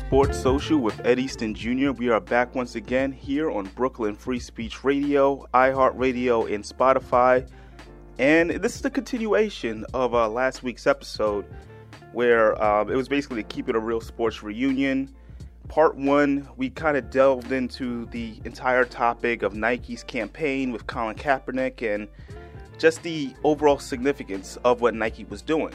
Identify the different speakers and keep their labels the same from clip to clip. Speaker 1: Sports Social with Ed Easton Jr. We are back once again here on Brooklyn Free Speech Radio, iHeartRadio, and Spotify. And this is the continuation of uh, last week's episode where um, it was basically Keep It a Real Sports Reunion. Part one, we kind of delved into the entire topic of Nike's campaign with Colin Kaepernick and just the overall significance of what Nike was doing.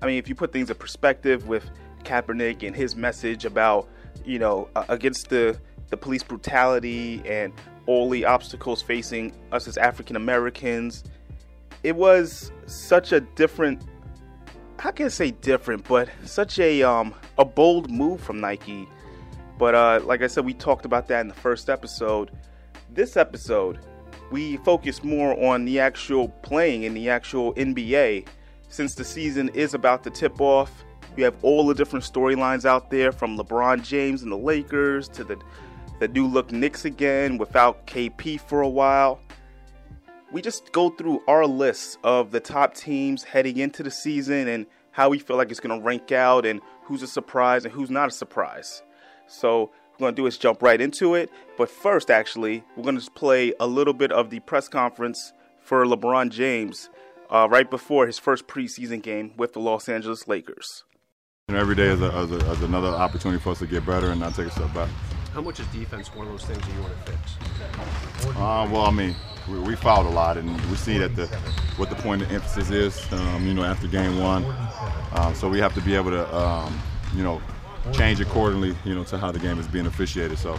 Speaker 1: I mean, if you put things in perspective with Kaepernick and his message about, you know, uh, against the, the police brutality and all the obstacles facing us as African Americans, it was such a different I can not say different, but such a um a bold move from Nike. But uh, like I said, we talked about that in the first episode. This episode, we focus more on the actual playing in the actual NBA, since the season is about to tip off. You have all the different storylines out there, from LeBron James and the Lakers to the the new look Knicks again without KP for a while we just go through our lists of the top teams heading into the season and how we feel like it's going to rank out and who's a surprise and who's not a surprise. So, what we're going to do is jump right into it. But first, actually, we're going to play a little bit of the press conference for LeBron James uh, right before his first preseason game with the Los Angeles Lakers.
Speaker 2: You know, every day is, a, is, a, is another opportunity for us to get better and not take a step back.
Speaker 3: How much is defense one of those things that you want to
Speaker 2: fix? Uh, well, I mean, we, we fouled a lot, and we see that the what the point of emphasis is. Um, you know, after game one, um, so we have to be able to, um, you know, change accordingly. You know, to how the game is being officiated. So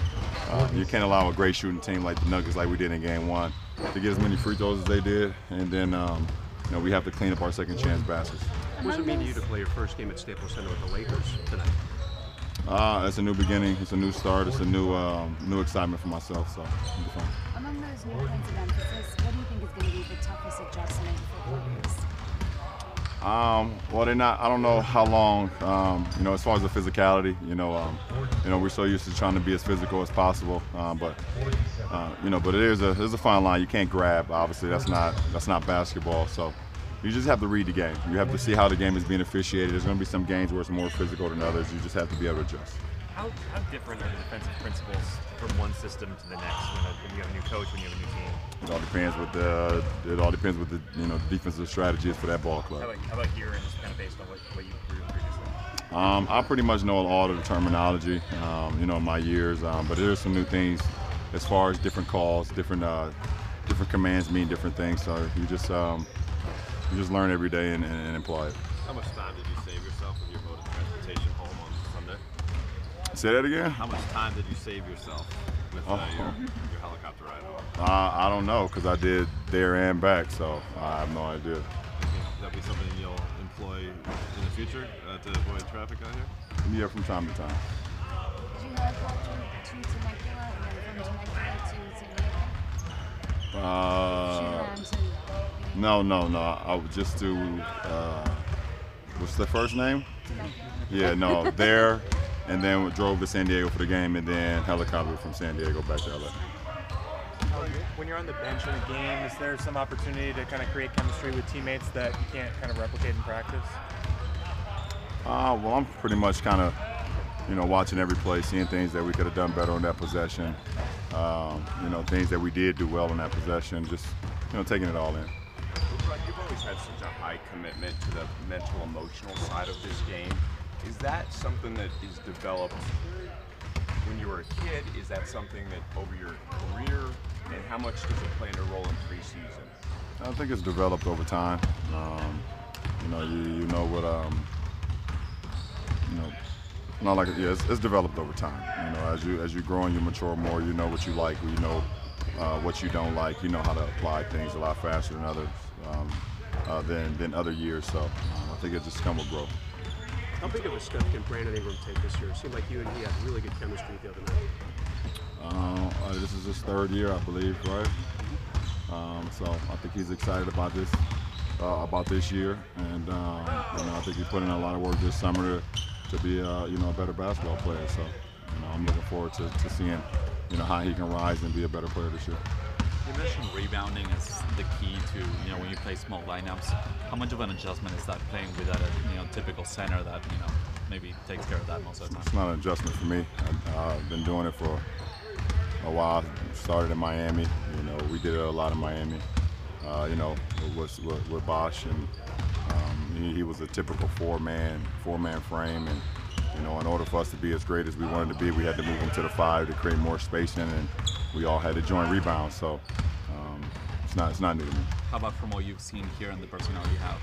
Speaker 2: uh, you can't allow a great shooting team like the Nuggets, like we did in game one, to get as many free throws as they did, and then um, you know we have to clean up our second chance baskets.
Speaker 3: What does it mean to you to play your first game at Staples Center with the Lakers tonight?
Speaker 2: Uh, it's a new beginning. It's a new start. It's a new um, new excitement for myself. So it'll fun.
Speaker 4: Among those new points of emphasis, what do you think is going to be the toughest adjustment for players?
Speaker 2: Um, well, they're not. I don't know how long. Um, you know, as far as the physicality, you know, um, you know, we're so used to trying to be as physical as possible. Um, but uh, you know, but it is a there's a fine line. You can't grab. Obviously, that's not that's not basketball. So you just have to read the game. You have to see how the game is being officiated. There's going to be some games where it's more physical than others. You just have to be able to adjust.
Speaker 5: How, how different are the defensive principles from one system to the next when, a, when, you have a new coach, when you have a new team?
Speaker 2: It all depends with the it all depends with the you know defensive strategies for that ball club.
Speaker 5: How about, how about here and just kind of based on what, what you grew previously?
Speaker 2: Um, I pretty much know all of the terminology, um, you know, my years. Um, but there's some new things as far as different calls, different uh, different commands mean different things. So you just um, you just learn every day and, and, and, apply it.
Speaker 6: How much time did you save yourself with your mode of transportation home on Sunday?
Speaker 2: Say that again.
Speaker 6: How much time did you save yourself with uh, oh. your, your, helicopter ride home?
Speaker 2: Uh, I don't know because I did there and back, so I have no idea. Okay.
Speaker 6: That'll be something you'll employ in the future uh, to avoid traffic out here.
Speaker 2: Yeah, from time to time.
Speaker 4: Did you helicopter to Temecula and then from Temecula to um, San Diego?
Speaker 2: Uh. No, no, no. I would just do. Uh, what's the first name? Yeah, no. There, and then we drove to San Diego for the game, and then helicopter from San Diego back to LA.
Speaker 7: When you're on the bench in a game, is there some opportunity to kind of create chemistry with teammates that you can't kind of replicate in practice?
Speaker 2: Uh, well, I'm pretty much kind of, you know, watching every play, seeing things that we could have done better on that possession, um, you know, things that we did do well on that possession, just, you know, taking it all in
Speaker 6: you've always had such a high commitment to the mental emotional side of this game. Is that something that is developed when you were a kid? Is that something that over your career? And how much does it play a role in preseason?
Speaker 2: I think it's developed over time. Um, you know, you, you know what, um, you know, not like yeah, it's, it's, developed over time. You know, as you as you grow and you mature more, you know what you like, you know uh, what you don't like, you know how to apply things a lot faster than others. Um, uh, than, than other years. So um, I think it just come with growth.
Speaker 3: How big of a step can Brandon Ingram take this year? It seemed like you and he had really good chemistry the other night.
Speaker 2: Uh, this is his third year, I believe, right? Um, so I think he's excited about this uh, about this year, and uh, you know, I think he put in a lot of work this summer to, to be uh, you know a better basketball player. So you know, I'm looking forward to, to seeing you know how he can rise and be a better player this year.
Speaker 8: You mentioned rebounding as the key to you know when you play small lineups. How much of an adjustment is that playing without a you know typical center that you know maybe takes care of that most of the
Speaker 2: It's
Speaker 8: time.
Speaker 2: not an adjustment for me. I, I've been doing it for a while. Started in Miami. You know, we did it a lot in Miami. Uh, you know, with, with, with Bosch, and um, he, he was a typical four-man, four-man frame. And you know, in order for us to be as great as we wanted to be, we had to move him to the five to create more spacing, and we all had to join rebounds. So um, it's not it's not new to me.
Speaker 8: How about from what you've seen here and the personnel you have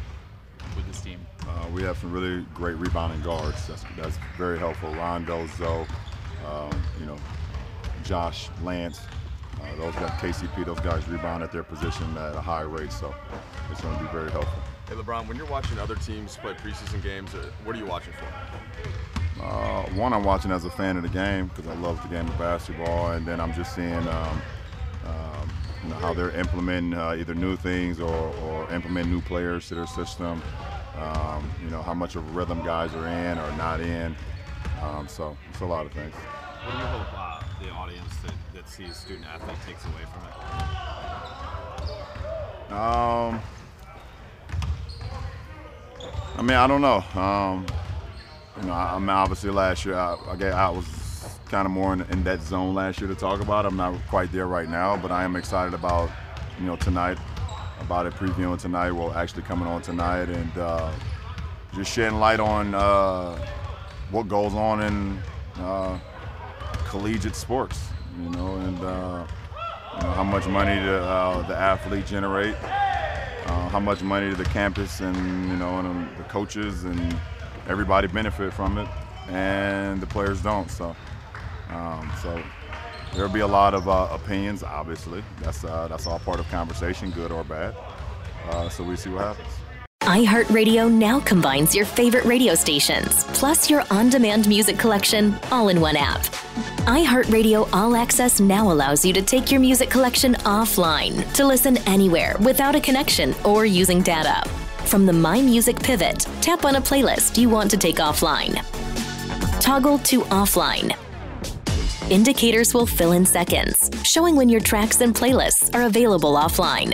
Speaker 8: with this team?
Speaker 2: Uh, we have some really great rebounding guards. That's, that's very helpful. Rondo, Zoe, um, you know, Josh, Lance. Uh, those guys, KCP, those guys rebound at their position at a high rate, so it's going to be very helpful.
Speaker 6: Hey, LeBron, when you're watching other teams play preseason games, uh, what are you watching for?
Speaker 2: Uh, one, I'm watching as a fan of the game because I love the game of basketball, and then I'm just seeing um, um, you know, how they're implementing uh, either new things or, or implement new players to their system. Um, you know how much of a rhythm guys are in or not in. Um, so it's a lot of things.
Speaker 8: What do you hope uh, the audience that, that sees student athlete takes away from it?
Speaker 2: Um, I mean, I don't know. Um, you know, I, I mean, obviously last year I, I, guess I was kind of more in, in that zone last year to talk about. I'm not quite there right now, but I am excited about you know tonight, about it previewing tonight. Well, actually coming on tonight and uh, just shedding light on uh, what goes on in uh, collegiate sports. You know, and uh, you know, how much money do, uh, the athlete generate, uh, how much money do the campus and you know and um, the coaches and everybody benefit from it, and the players don't. So, um, so there'll be a lot of uh, opinions. Obviously, that's uh, that's all part of conversation, good or bad. Uh, so we see what happens.
Speaker 9: iHeartRadio now combines your favorite radio stations, plus your on demand music collection, all in one app. iHeartRadio All Access now allows you to take your music collection offline to listen anywhere without a connection or using data. From the My Music pivot, tap on a playlist you want to take offline. Toggle to offline. Indicators will fill in seconds, showing when your tracks and playlists are available offline.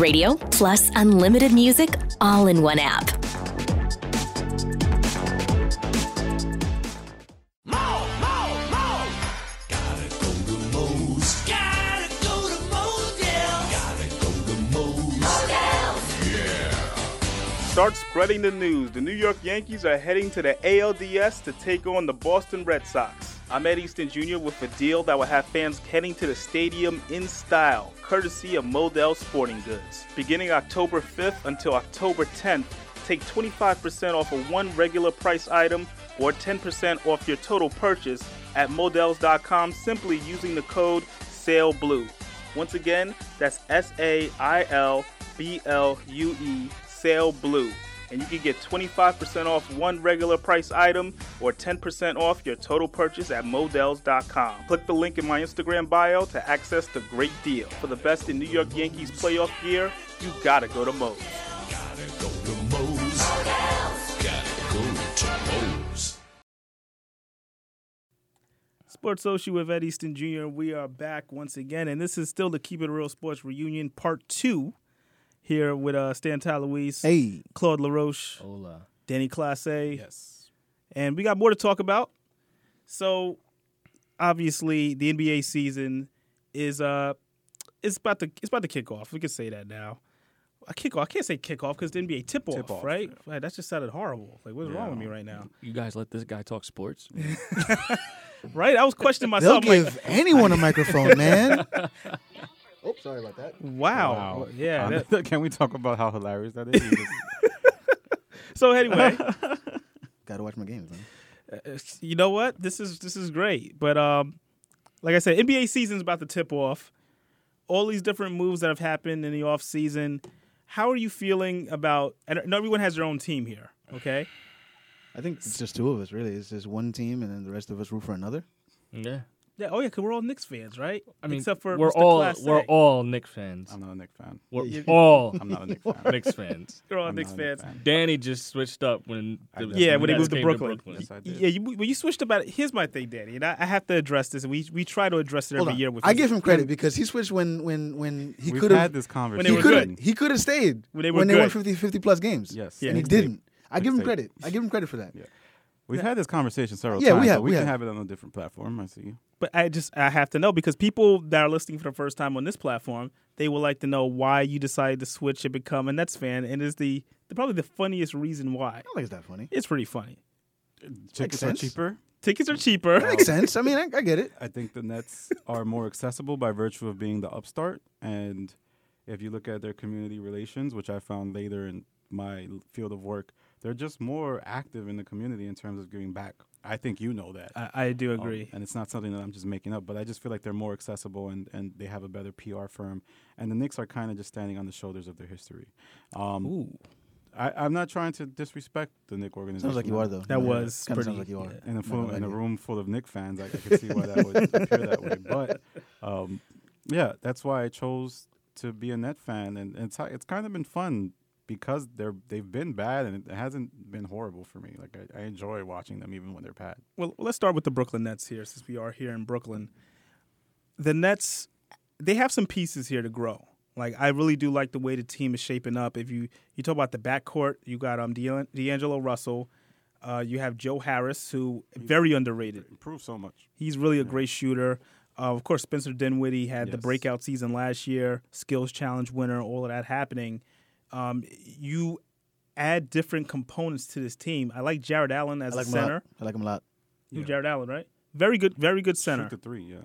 Speaker 9: radio plus unlimited music all in one app.
Speaker 10: Mo, Mo, Mo. Gotta go to Mo's. Gotta go to Mo's, yeah. Gotta go to Mo's.
Speaker 1: Start spreading the news. The New York Yankees are heading to the ALDS to take on the Boston Red Sox. I'm Ed Easton Jr. with a deal that will have fans heading to the stadium in style, courtesy of Modell Sporting Goods. Beginning October 5th until October 10th, take 25% off of one regular price item or 10% off your total purchase at Models.com simply using the code SALEBLUE. Once again, that's S A I L B L U E, Sale Blue. And you can get 25% off one regular price item or 10% off your total purchase at Models.com. Click the link in my Instagram bio to access the great deal. For the best in New York Yankees playoff gear, you gotta go to Mo's.
Speaker 10: Gotta go to Mo's. Gotta go to Mo's.
Speaker 1: Sports Oshi with Ed Easton Jr. We are back once again, and this is still the Keep It Real Sports Reunion Part 2 here with uh, Stan Talouise,
Speaker 3: Hey.
Speaker 1: Claude LaRoche,
Speaker 3: Hola.
Speaker 1: Danny Classe.
Speaker 8: Yes.
Speaker 1: And we got more to talk about. So, obviously, the NBA season is uh, it's about to it's about to kick off. We can say that now. I kick off. I can't say kick off because the NBA tip off,
Speaker 11: Tip-off,
Speaker 1: right? Right, That just sounded horrible. Like, what's wrong with me right now?
Speaker 11: You guys let this guy talk sports?
Speaker 1: Right? I was questioning
Speaker 3: They'll
Speaker 1: myself.
Speaker 3: give
Speaker 1: like,
Speaker 3: anyone a microphone, man. Oops, sorry about that.
Speaker 1: Wow. Yeah. that-
Speaker 11: Can we talk about how hilarious that is?
Speaker 1: so anyway,
Speaker 3: Gotta watch my games, man.
Speaker 1: uh, you know what? This is this is great. But um, like I said, NBA season's about to tip off. All these different moves that have happened in the off season. How are you feeling about? And and everyone has their own team here. Okay.
Speaker 3: I think it's just two of us, really. It's just one team, and then the rest of us root for another.
Speaker 11: yeah.
Speaker 1: Yeah. Oh yeah, because we're all Knicks fans, right?
Speaker 3: I mean,
Speaker 1: except for
Speaker 3: we're
Speaker 1: Mr.
Speaker 3: all
Speaker 1: Class
Speaker 3: we're
Speaker 1: A.
Speaker 3: all Knicks fans.
Speaker 1: I'm not a Knicks fan.
Speaker 3: We're
Speaker 1: Yeah, you-
Speaker 3: all
Speaker 1: I'm not a Knicks fan.
Speaker 3: Knicks fans.
Speaker 1: You're all I'm Knicks not a Knicks fans. fan.
Speaker 3: Danny just switched up when the,
Speaker 1: yeah, when they
Speaker 3: Nets
Speaker 1: moved to
Speaker 3: came
Speaker 1: Brooklyn.
Speaker 3: Yes, I did.
Speaker 1: Yeah, you, when you switched about it, here's my thing, Danny, and I, I have to address this, and we we try to address it
Speaker 12: Hold
Speaker 1: every
Speaker 12: on.
Speaker 1: year. With
Speaker 12: I
Speaker 1: this-
Speaker 12: give him credit because he switched when when when he
Speaker 1: We've
Speaker 12: could have
Speaker 1: had this conversation.
Speaker 12: He
Speaker 1: When they were
Speaker 12: could have
Speaker 1: good.
Speaker 12: he could have stayed
Speaker 1: When they were
Speaker 12: won
Speaker 1: good.
Speaker 12: 50, 50 plus games.
Speaker 6: Yes.
Speaker 12: and he
Speaker 6: Yeah.
Speaker 12: didn't. I give him
Speaker 6: Mistake.
Speaker 12: credit. I give him credit for that.
Speaker 6: We've
Speaker 12: Yeah.
Speaker 6: had this conversation several
Speaker 12: Yeah, we
Speaker 6: times.
Speaker 12: have,
Speaker 6: but we
Speaker 12: we
Speaker 6: can
Speaker 12: have.
Speaker 6: have it on a different platform. I see you.
Speaker 1: But I just I have to know because people that are listening for the first time on this platform, they would like to know why you decided to switch and become a Nets fan, and is the, the probably the funniest reason why. I
Speaker 12: don't think it's that funny.
Speaker 1: It's pretty funny.
Speaker 6: Tickets are cheaper.
Speaker 1: Tickets are cheaper.
Speaker 12: That makes sense. I mean, I, I get it.
Speaker 6: I think the Nets are more accessible by virtue of being the upstart. And if you look at their community relations, which I found later in my l- field of work, they're just more active in the community in terms of giving back. I think you know that.
Speaker 1: I, I do
Speaker 6: Um,
Speaker 1: agree.
Speaker 6: and it's not something that I'm just making up, but I just feel like they're more accessible and, and they have a better PR firm. And the Knicks are kind of just standing on the shoulders of their history. Um,
Speaker 1: Ooh.
Speaker 6: I, I'm not trying to disrespect the Nick organization.
Speaker 12: like you are, though.
Speaker 1: That Yeah. was
Speaker 6: And
Speaker 1: Kinda sounds pretty- like you are.
Speaker 6: In
Speaker 12: Not
Speaker 6: a,
Speaker 12: gonna
Speaker 6: full,
Speaker 12: lie
Speaker 6: in
Speaker 12: to
Speaker 6: a
Speaker 12: you.
Speaker 6: room full of Nick fans, I, I could see why that would appear that way. But um, yeah, that's why I chose to be a Net fan, and, and it's hi- it's kind of been fun because they're they've been bad and it hasn't been horrible for me. Like I, I enjoy watching them even when they're bad.
Speaker 1: Well, let's start with the Brooklyn Nets here, since we are here in Brooklyn. The Nets, they have some pieces here to grow. Like I really do like the way the team is shaping up. If you you talk about the backcourt, you got um D'An- D'Angelo Russell, uh, you have Joe Harris, who very underrated.
Speaker 6: Improved so much.
Speaker 1: He's really a great shooter. Uh, of course, Spencer Dinwiddie had the breakout season last year, skills challenge winner, all of that happening. Um, you add different components to this team. I like Jared Allen as
Speaker 12: I like
Speaker 1: a
Speaker 12: him a lot.
Speaker 1: center.
Speaker 12: I like him a lot.
Speaker 1: You Jared Allen, right? Very good, very good center.
Speaker 6: Shoot the three, yeah.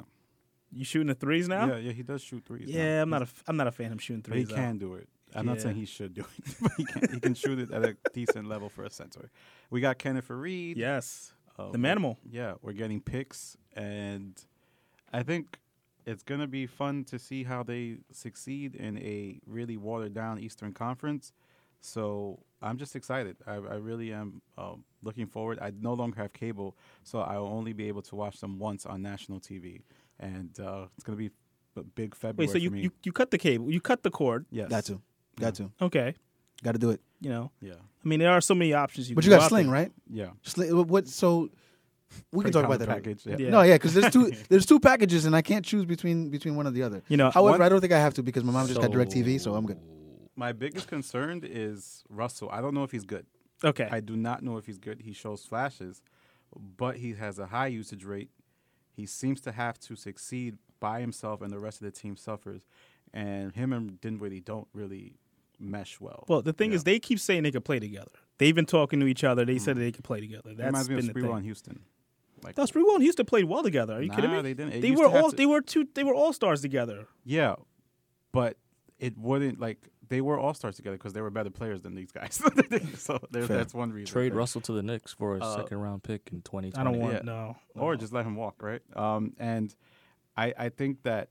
Speaker 1: You shooting the threes now?
Speaker 6: Yeah, yeah, he does shoot threes. now.
Speaker 1: Yeah, I'm not a f- I'm not a fan of him shooting
Speaker 6: But he
Speaker 1: threes. though.
Speaker 6: can do it. I'm not saying
Speaker 1: Yeah.
Speaker 6: he should do it, but he can. He can shoot it at a decent level for a center. We got Kenneth Reed.
Speaker 1: Yes,
Speaker 6: uh,
Speaker 1: the manimal.
Speaker 6: Yeah, we're getting picks, and I think it's gonna be fun to see how they succeed in a really watered down Eastern Conference. So I'm just excited. I, I really am um, looking forward. I no longer have cable, so I will only be able to watch them once on national TV, and uh, it's gonna be a big February.
Speaker 1: Wait, so you,
Speaker 6: for me.
Speaker 1: you you cut the cable, you cut the cord.
Speaker 6: Yes.
Speaker 12: Got to. Got to.
Speaker 1: Okay.
Speaker 12: Got to do it.
Speaker 1: You know.
Speaker 6: Yeah.
Speaker 1: I mean, there are so many options. You
Speaker 12: But
Speaker 1: can
Speaker 12: you got
Speaker 1: go out
Speaker 12: Sling,
Speaker 1: there.
Speaker 12: right?
Speaker 6: Yeah.
Speaker 12: Sling, what- what? So we
Speaker 6: Pretty
Speaker 12: can talk
Speaker 6: common
Speaker 12: about that.
Speaker 6: package,
Speaker 12: later.
Speaker 6: yeah.
Speaker 12: No,
Speaker 6: Yeah.
Speaker 12: yeah, because there's two there's two packages, and I can't choose between between one or the other.
Speaker 1: You know,
Speaker 12: however,
Speaker 6: one-
Speaker 12: I don't think I have to because my mom just got Direct TV, so I'm good.
Speaker 6: My biggest concern is Russell. I don't know if he's good.
Speaker 1: Okay.
Speaker 6: I do not know if he's good. He shows flashes, but he has a high usage rate. He seems to have to succeed by himself, and the rest of the team suffers. And him and Dinwiddie don't really mesh well.
Speaker 1: Well, the thing is, they keep saying they could play together. They've been talking to each other. They said that they could play together. That's
Speaker 6: Mm-hmm. reminds me
Speaker 1: been
Speaker 6: of
Speaker 1: the
Speaker 6: Sprewell
Speaker 1: thing.
Speaker 6: in Houston. Like,
Speaker 1: That's Sprewell and Houston played well together. Are you kidding
Speaker 6: Nah,
Speaker 1: me?
Speaker 6: they didn't. It
Speaker 1: They
Speaker 6: used
Speaker 1: were
Speaker 6: to have
Speaker 1: all
Speaker 6: to-
Speaker 1: they were two they were all stars together.
Speaker 6: yeah, but it wouldn't like they were all stars together because they were better players than these guys. so there's,
Speaker 3: Fair.
Speaker 6: that's one reason.
Speaker 3: Trade
Speaker 6: But-
Speaker 3: Russell to the Knicks for a
Speaker 6: Uh,
Speaker 3: second round pick in 2020.
Speaker 6: Yeah. Or just let him walk, right? Um, and I, I think that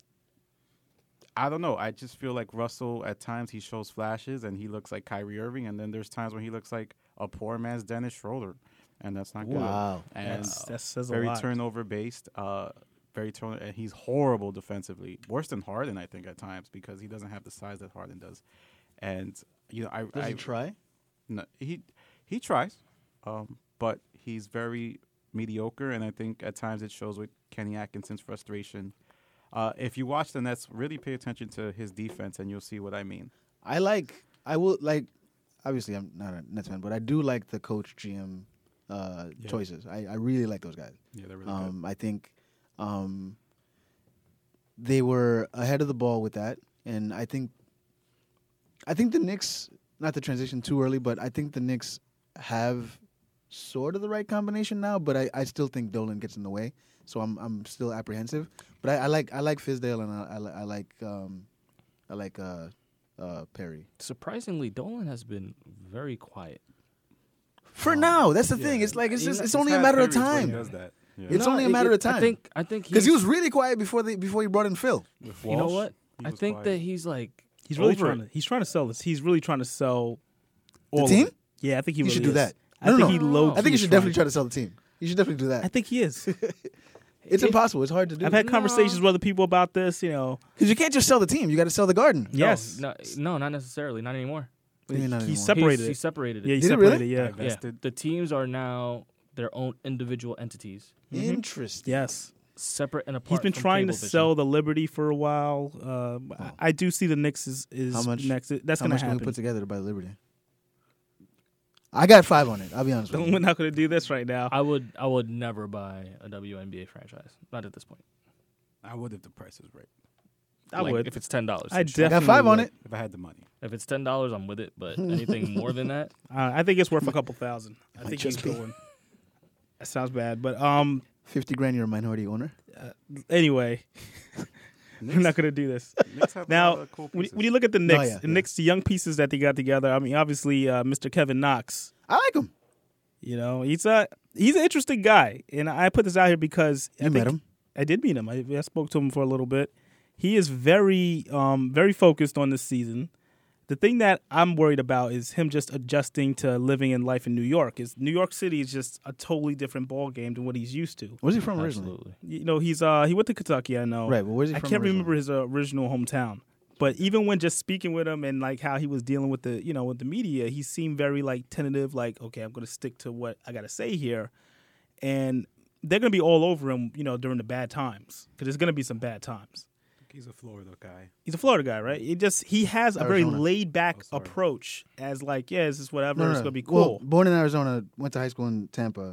Speaker 6: I don't know. I just feel like Russell at times he shows flashes and he looks like Kyrie Irving, and then there's times when he looks like a poor man's Dennis Schroeder, and that's not good.
Speaker 12: Wow.
Speaker 6: and
Speaker 1: That's- that says a
Speaker 6: very
Speaker 1: lot.
Speaker 6: turnover based. Uh, very turnover, and he's horrible defensively, worse than Harden, I think, at times because he doesn't have the size that Harden does. And you know, I
Speaker 12: Does
Speaker 6: I,
Speaker 12: he try?
Speaker 6: No, he he tries, um, but he's very mediocre, and I think at times it shows with Kenny Atkinson's frustration. Uh, if you watch the Nets, really pay attention to his defense, and you'll see what I mean.
Speaker 12: I like. I will like. Obviously, I'm not a Nets fan, but I do like the coach GM uh,
Speaker 6: Yeah.
Speaker 12: choices. I, I really like those guys.
Speaker 6: Yeah, they're really good.
Speaker 12: um, I think um, they were ahead of the ball with that, and I think I think the Knicks. Not to transition too early, but I think the Knicks have sort of the right combination now. But I, I still think Dolan gets in the way, so I'm I'm still apprehensive. But I, I like I like Fizdale and I, I, li- I like um, I like uh, uh, Perry.
Speaker 3: Surprisingly, Dolan has been very quiet.
Speaker 12: For now, that's the thing. It's like it's
Speaker 3: You
Speaker 12: just
Speaker 3: know,
Speaker 12: it's
Speaker 3: he's
Speaker 12: only a
Speaker 3: had
Speaker 12: matter of
Speaker 3: periods where he
Speaker 12: time.
Speaker 3: does that. Yeah.
Speaker 12: It's
Speaker 3: No,
Speaker 12: only a
Speaker 3: it-
Speaker 12: matter
Speaker 3: it-
Speaker 12: of
Speaker 3: I
Speaker 12: time.
Speaker 3: think- I think
Speaker 12: because he was
Speaker 3: he's-
Speaker 12: really quiet before they before he brought in Phil.
Speaker 3: You know what? I think that he's like
Speaker 12: Oh,
Speaker 1: He's really
Speaker 3: over
Speaker 1: trying
Speaker 3: it.
Speaker 1: to he's trying to sell this. He's really trying to sell
Speaker 12: The
Speaker 1: all of
Speaker 12: team?
Speaker 1: it. Yeah, I think he
Speaker 12: You
Speaker 1: really
Speaker 12: should do
Speaker 1: is.
Speaker 12: that.
Speaker 1: I
Speaker 12: No,
Speaker 1: think
Speaker 12: no,
Speaker 1: he
Speaker 12: no.
Speaker 1: low.
Speaker 12: I think you should definitely try to sell the team. You should definitely do that.
Speaker 1: I think he is.
Speaker 12: It's impossible. It's hard to do.
Speaker 1: I've had conversations with other people about this. You know,
Speaker 12: because you can't just sell the team. You got to sell the garden.
Speaker 3: No, No, no, not necessarily. Not anymore.
Speaker 12: What do you mean not anymore?
Speaker 3: He's- he's-
Speaker 1: separated
Speaker 3: He
Speaker 1: it.
Speaker 3: separated it.
Speaker 1: Yeah, he Did he really? separated it, yeah.
Speaker 3: Divested. The teams are now their own individual entities.
Speaker 1: Mhm.
Speaker 12: Mm-hmm. Interesting.
Speaker 1: Yes.
Speaker 3: Separate and apart.
Speaker 1: He's been
Speaker 3: from
Speaker 1: trying to
Speaker 3: Cablevision.
Speaker 1: sell the Liberty for a while. Um, I- I do see the Knicks is, is
Speaker 12: How much?
Speaker 1: next. That's
Speaker 12: how
Speaker 1: going to
Speaker 12: much Can
Speaker 1: happen.
Speaker 12: we put together to buy Liberty. I got five on it. I'll be honest with you.
Speaker 1: We're not going to do this right now.
Speaker 3: I would I would never buy a WNBA franchise. Not at this point.
Speaker 6: I would if the price was right.
Speaker 3: I Like, would. if it's
Speaker 1: I
Speaker 3: $10, then sure.
Speaker 1: definitely
Speaker 3: Got five on
Speaker 1: would.
Speaker 3: it.
Speaker 6: If I had the money.
Speaker 3: If it's ten dollars, I'm with it. But anything more than that,
Speaker 1: Uh, I think it's worth a couple thousand. I
Speaker 12: Might
Speaker 1: think
Speaker 12: just
Speaker 1: he's
Speaker 12: be.
Speaker 1: going. That sounds bad, but um, uh,
Speaker 12: fifty grand. You're a minority owner.
Speaker 1: anyway, we're not going to do this.
Speaker 6: Knicks have a
Speaker 1: now,
Speaker 6: lot of cool
Speaker 1: when,
Speaker 6: pieces.
Speaker 1: when you look at the
Speaker 12: No,
Speaker 1: Knicks,
Speaker 12: Oh, yeah,
Speaker 1: the Knicks, the young pieces that they got together. I mean, obviously, uh, Mr. Kevin Knox.
Speaker 12: I like him.
Speaker 1: You know, he's a he's an interesting guy, and I put this out here because I
Speaker 12: You met
Speaker 1: think-
Speaker 12: him.
Speaker 1: I did meet him. I, I spoke to him for a little bit. He is very um, very focused on this season. The thing that I'm worried about is him just adjusting to living in life in New York. Is New York City is just a totally different ball game than what he's used to.
Speaker 12: Where's he from originally?
Speaker 1: You know, he's uh he went to Kentucky, I know.
Speaker 12: Right, but where's he
Speaker 1: I
Speaker 12: from
Speaker 1: can't remember his uh, original hometown. But even when just speaking with him and like how he was dealing with the, you know, with the media, he seemed very like tentative like, okay, I'm going to stick to what I got to say here. And they're going to be all over him, you know, during the bad times cuz there's going to be some bad times.
Speaker 6: He's a Florida guy.
Speaker 1: He's a Florida guy, right? He just he has a very
Speaker 12: Arizona. Oh,
Speaker 1: laid back approach as like, yeah, this is whatever, it's going to be
Speaker 12: Well,
Speaker 1: cool.
Speaker 12: born in Arizona, went to high school in Tampa. Uh,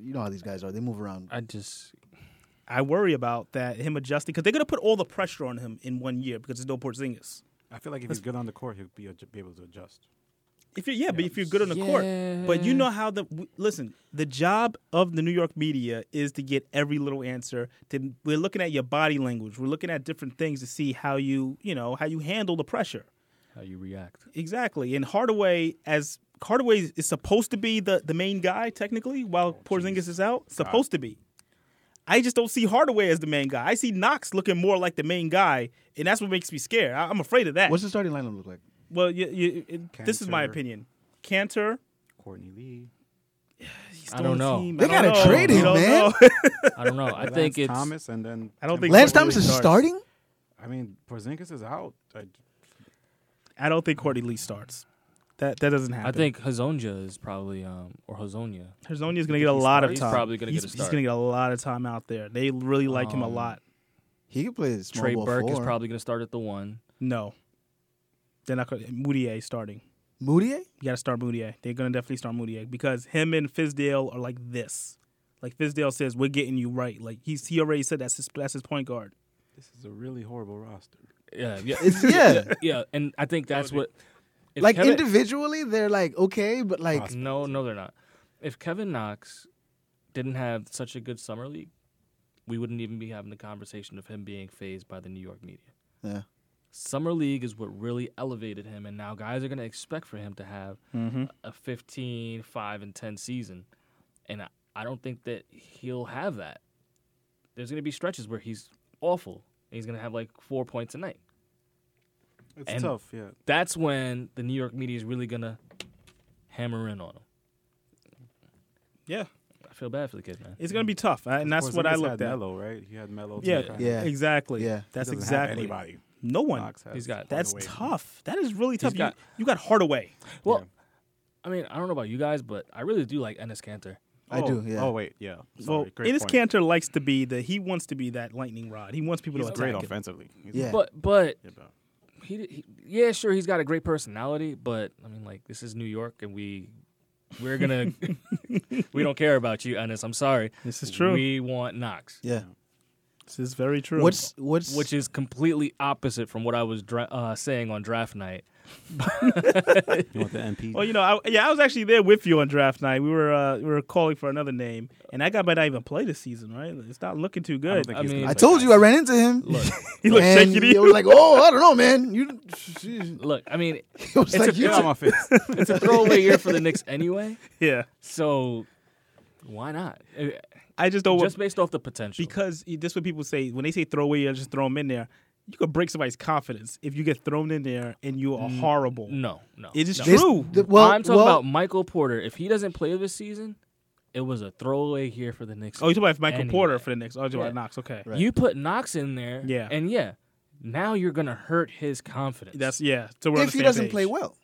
Speaker 12: You know how these guys are. They move around.
Speaker 3: I just
Speaker 1: I worry about that him adjusting because they're going to put all the pressure on him in one year because there's no Porzingis.
Speaker 6: I feel like if he's good on the court, he'll be, be able to adjust.
Speaker 1: If you're, yeah, but if you're good on the court, but you know how the w- listen. The job of the New York media is to get every little answer. To, we're looking at your body language. We're looking at different things to see how you you know how you handle the pressure.
Speaker 3: how you react.
Speaker 1: Exactly. And Hardaway as Hardaway is supposed to be the the main guy technically while Porzingis is out. Supposed to be. I just don't see Hardaway as the main guy. I see Knox looking more like the main guy, and that's what makes me scared. I, I'm afraid of that.
Speaker 12: What's the starting lineup look like?
Speaker 1: Well, you, you, it, this is my
Speaker 6: Cantor.
Speaker 1: opinion. Cantor.
Speaker 6: Courtney Lee.
Speaker 1: He's still
Speaker 3: I don't
Speaker 1: on the
Speaker 3: know.
Speaker 1: team.
Speaker 12: They
Speaker 1: I don't
Speaker 12: gotta
Speaker 1: know.
Speaker 12: trade him,
Speaker 1: You don't
Speaker 12: man.
Speaker 1: know.
Speaker 3: I don't know. I
Speaker 6: Lance
Speaker 3: think it's
Speaker 6: Thomas and then
Speaker 1: I don't think
Speaker 6: Tim Hardaway
Speaker 12: Lance Thomas is
Speaker 6: starts.
Speaker 12: starting.
Speaker 6: I mean, Porzingis is out. I,
Speaker 1: I don't think Courtney Lee starts. That that doesn't happen.
Speaker 3: I think Hazonia is probably um or Hazonia.
Speaker 1: Herzonia's going to get a lot of
Speaker 3: He's
Speaker 1: time.
Speaker 3: probably gonna get
Speaker 1: he's,
Speaker 3: a
Speaker 1: He's
Speaker 3: start.
Speaker 1: going to get a lot of time out there. They really like him a
Speaker 3: Um,
Speaker 1: lot.
Speaker 12: He could play the small
Speaker 3: Trey
Speaker 12: ball
Speaker 3: Burke is
Speaker 12: four.
Speaker 3: probably going to start at the one.
Speaker 1: No, they're not going. to Moutier starting.
Speaker 12: Moutier.
Speaker 1: You got to start Moutier. They're going to definitely start Moutier because him and Fizdale are like this. Like Fizdale says, we're getting you right. Like he's he already said that's his that's his point guard.
Speaker 6: this is a really horrible roster.
Speaker 3: Yeah, yeah,
Speaker 12: It's- yeah.
Speaker 3: yeah. And I think that's what if
Speaker 12: Like
Speaker 3: Kevin-
Speaker 12: individually, they're like okay, but like
Speaker 3: no, no, they're not. If Kevin Knox didn't have such a good summer league, we wouldn't even be having the conversation of him being phased by the New York media.
Speaker 12: Yeah.
Speaker 3: Summer league is what really elevated him, and now guys are going to expect for him to have
Speaker 1: Mhm.
Speaker 3: a 15, 5, and 10 season. And I, I don't think that he'll have that. There's going to be stretches where he's awful, and he's going to have like four points a night.
Speaker 6: It's tough, yeah.
Speaker 3: That's when the New York media is really going to hammer in on him.
Speaker 1: Yeah.
Speaker 3: I feel bad for the kid, man.
Speaker 1: It's gonna be tough, I- and that's what I
Speaker 6: Porzingis
Speaker 1: looked
Speaker 6: had
Speaker 1: at.
Speaker 6: Melo, right? He had Melo. too,
Speaker 1: Yeah,
Speaker 6: kinda.
Speaker 1: yeah, exactly.
Speaker 6: Yeah.
Speaker 1: that's
Speaker 6: He doesn't have
Speaker 1: exactly.
Speaker 6: anybody.
Speaker 1: No one.
Speaker 6: Knox has
Speaker 3: He's got-
Speaker 1: That's
Speaker 3: Hardaway.
Speaker 1: tough. That is really tough. You-
Speaker 3: got-
Speaker 1: you got Hardaway.
Speaker 3: Well, I mean, I don't know about you guys, but I really do like Ennis Cantor.
Speaker 12: I do, yeah.
Speaker 6: Oh wait, yeah.
Speaker 1: Well,
Speaker 6: Sorry, great
Speaker 1: Ennis
Speaker 6: point.
Speaker 1: Cantor likes to be the he wants to be that lightning rod. He wants people
Speaker 6: He's
Speaker 1: to attack
Speaker 6: great
Speaker 1: him.
Speaker 6: offensively. He's
Speaker 12: Yeah.
Speaker 3: But but
Speaker 6: Yeah, bro.
Speaker 3: he, did- he yeah, sure he's got a great personality, but I mean like this is New York and we we're going to we don't care about you, Ennis. I'm sorry.
Speaker 1: This is true.
Speaker 3: We want Knox.
Speaker 12: yeah.
Speaker 1: This is very true.
Speaker 12: What's what's
Speaker 3: Which is completely opposite from what I was dra- uh, saying on draft night.
Speaker 6: You want the MP?
Speaker 1: Well, you know, I, yeah, I was actually there with you on draft night. We were uh, we were calling for another name, and that guy might not even play this season. Right? It's not looking too good.
Speaker 6: think I he's mean- gonna
Speaker 12: I told you I ran into him.
Speaker 1: He looked
Speaker 12: and
Speaker 1: shaky.
Speaker 12: I was like, oh, I don't know, man. You
Speaker 3: Look, I mean,
Speaker 12: was
Speaker 3: it's,
Speaker 12: like,
Speaker 3: a,
Speaker 12: you
Speaker 3: it's,
Speaker 12: took-
Speaker 3: a, it's a throwaway year for the Knicks anyway,
Speaker 1: yeah,
Speaker 3: so why not? Eh,
Speaker 1: I just don't.
Speaker 3: Just based off the potential.
Speaker 1: because you- this is what people say when they say throw away or just throw them in there. You could break somebody's confidence if you get thrown in there and you are horrible.
Speaker 3: No, no.
Speaker 1: it is
Speaker 3: no.
Speaker 1: true.
Speaker 12: the- well,
Speaker 3: I'm talking
Speaker 12: well,
Speaker 3: about Michael Porter. If he doesn't play this season,
Speaker 5: It was a throwaway here for the Knicks.
Speaker 1: Oh, you talking about Michael
Speaker 5: anyway.
Speaker 1: Porter for the Knicks? Oh, you talking about
Speaker 5: Yeah.
Speaker 1: Knox? Okay,
Speaker 5: You put Knox in there,
Speaker 1: Yeah.
Speaker 5: and yeah, now you're gonna hurt his confidence.
Speaker 1: That's yeah. So we're on
Speaker 5: If
Speaker 1: the
Speaker 5: he
Speaker 1: same
Speaker 5: doesn't
Speaker 1: page.
Speaker 6: play well.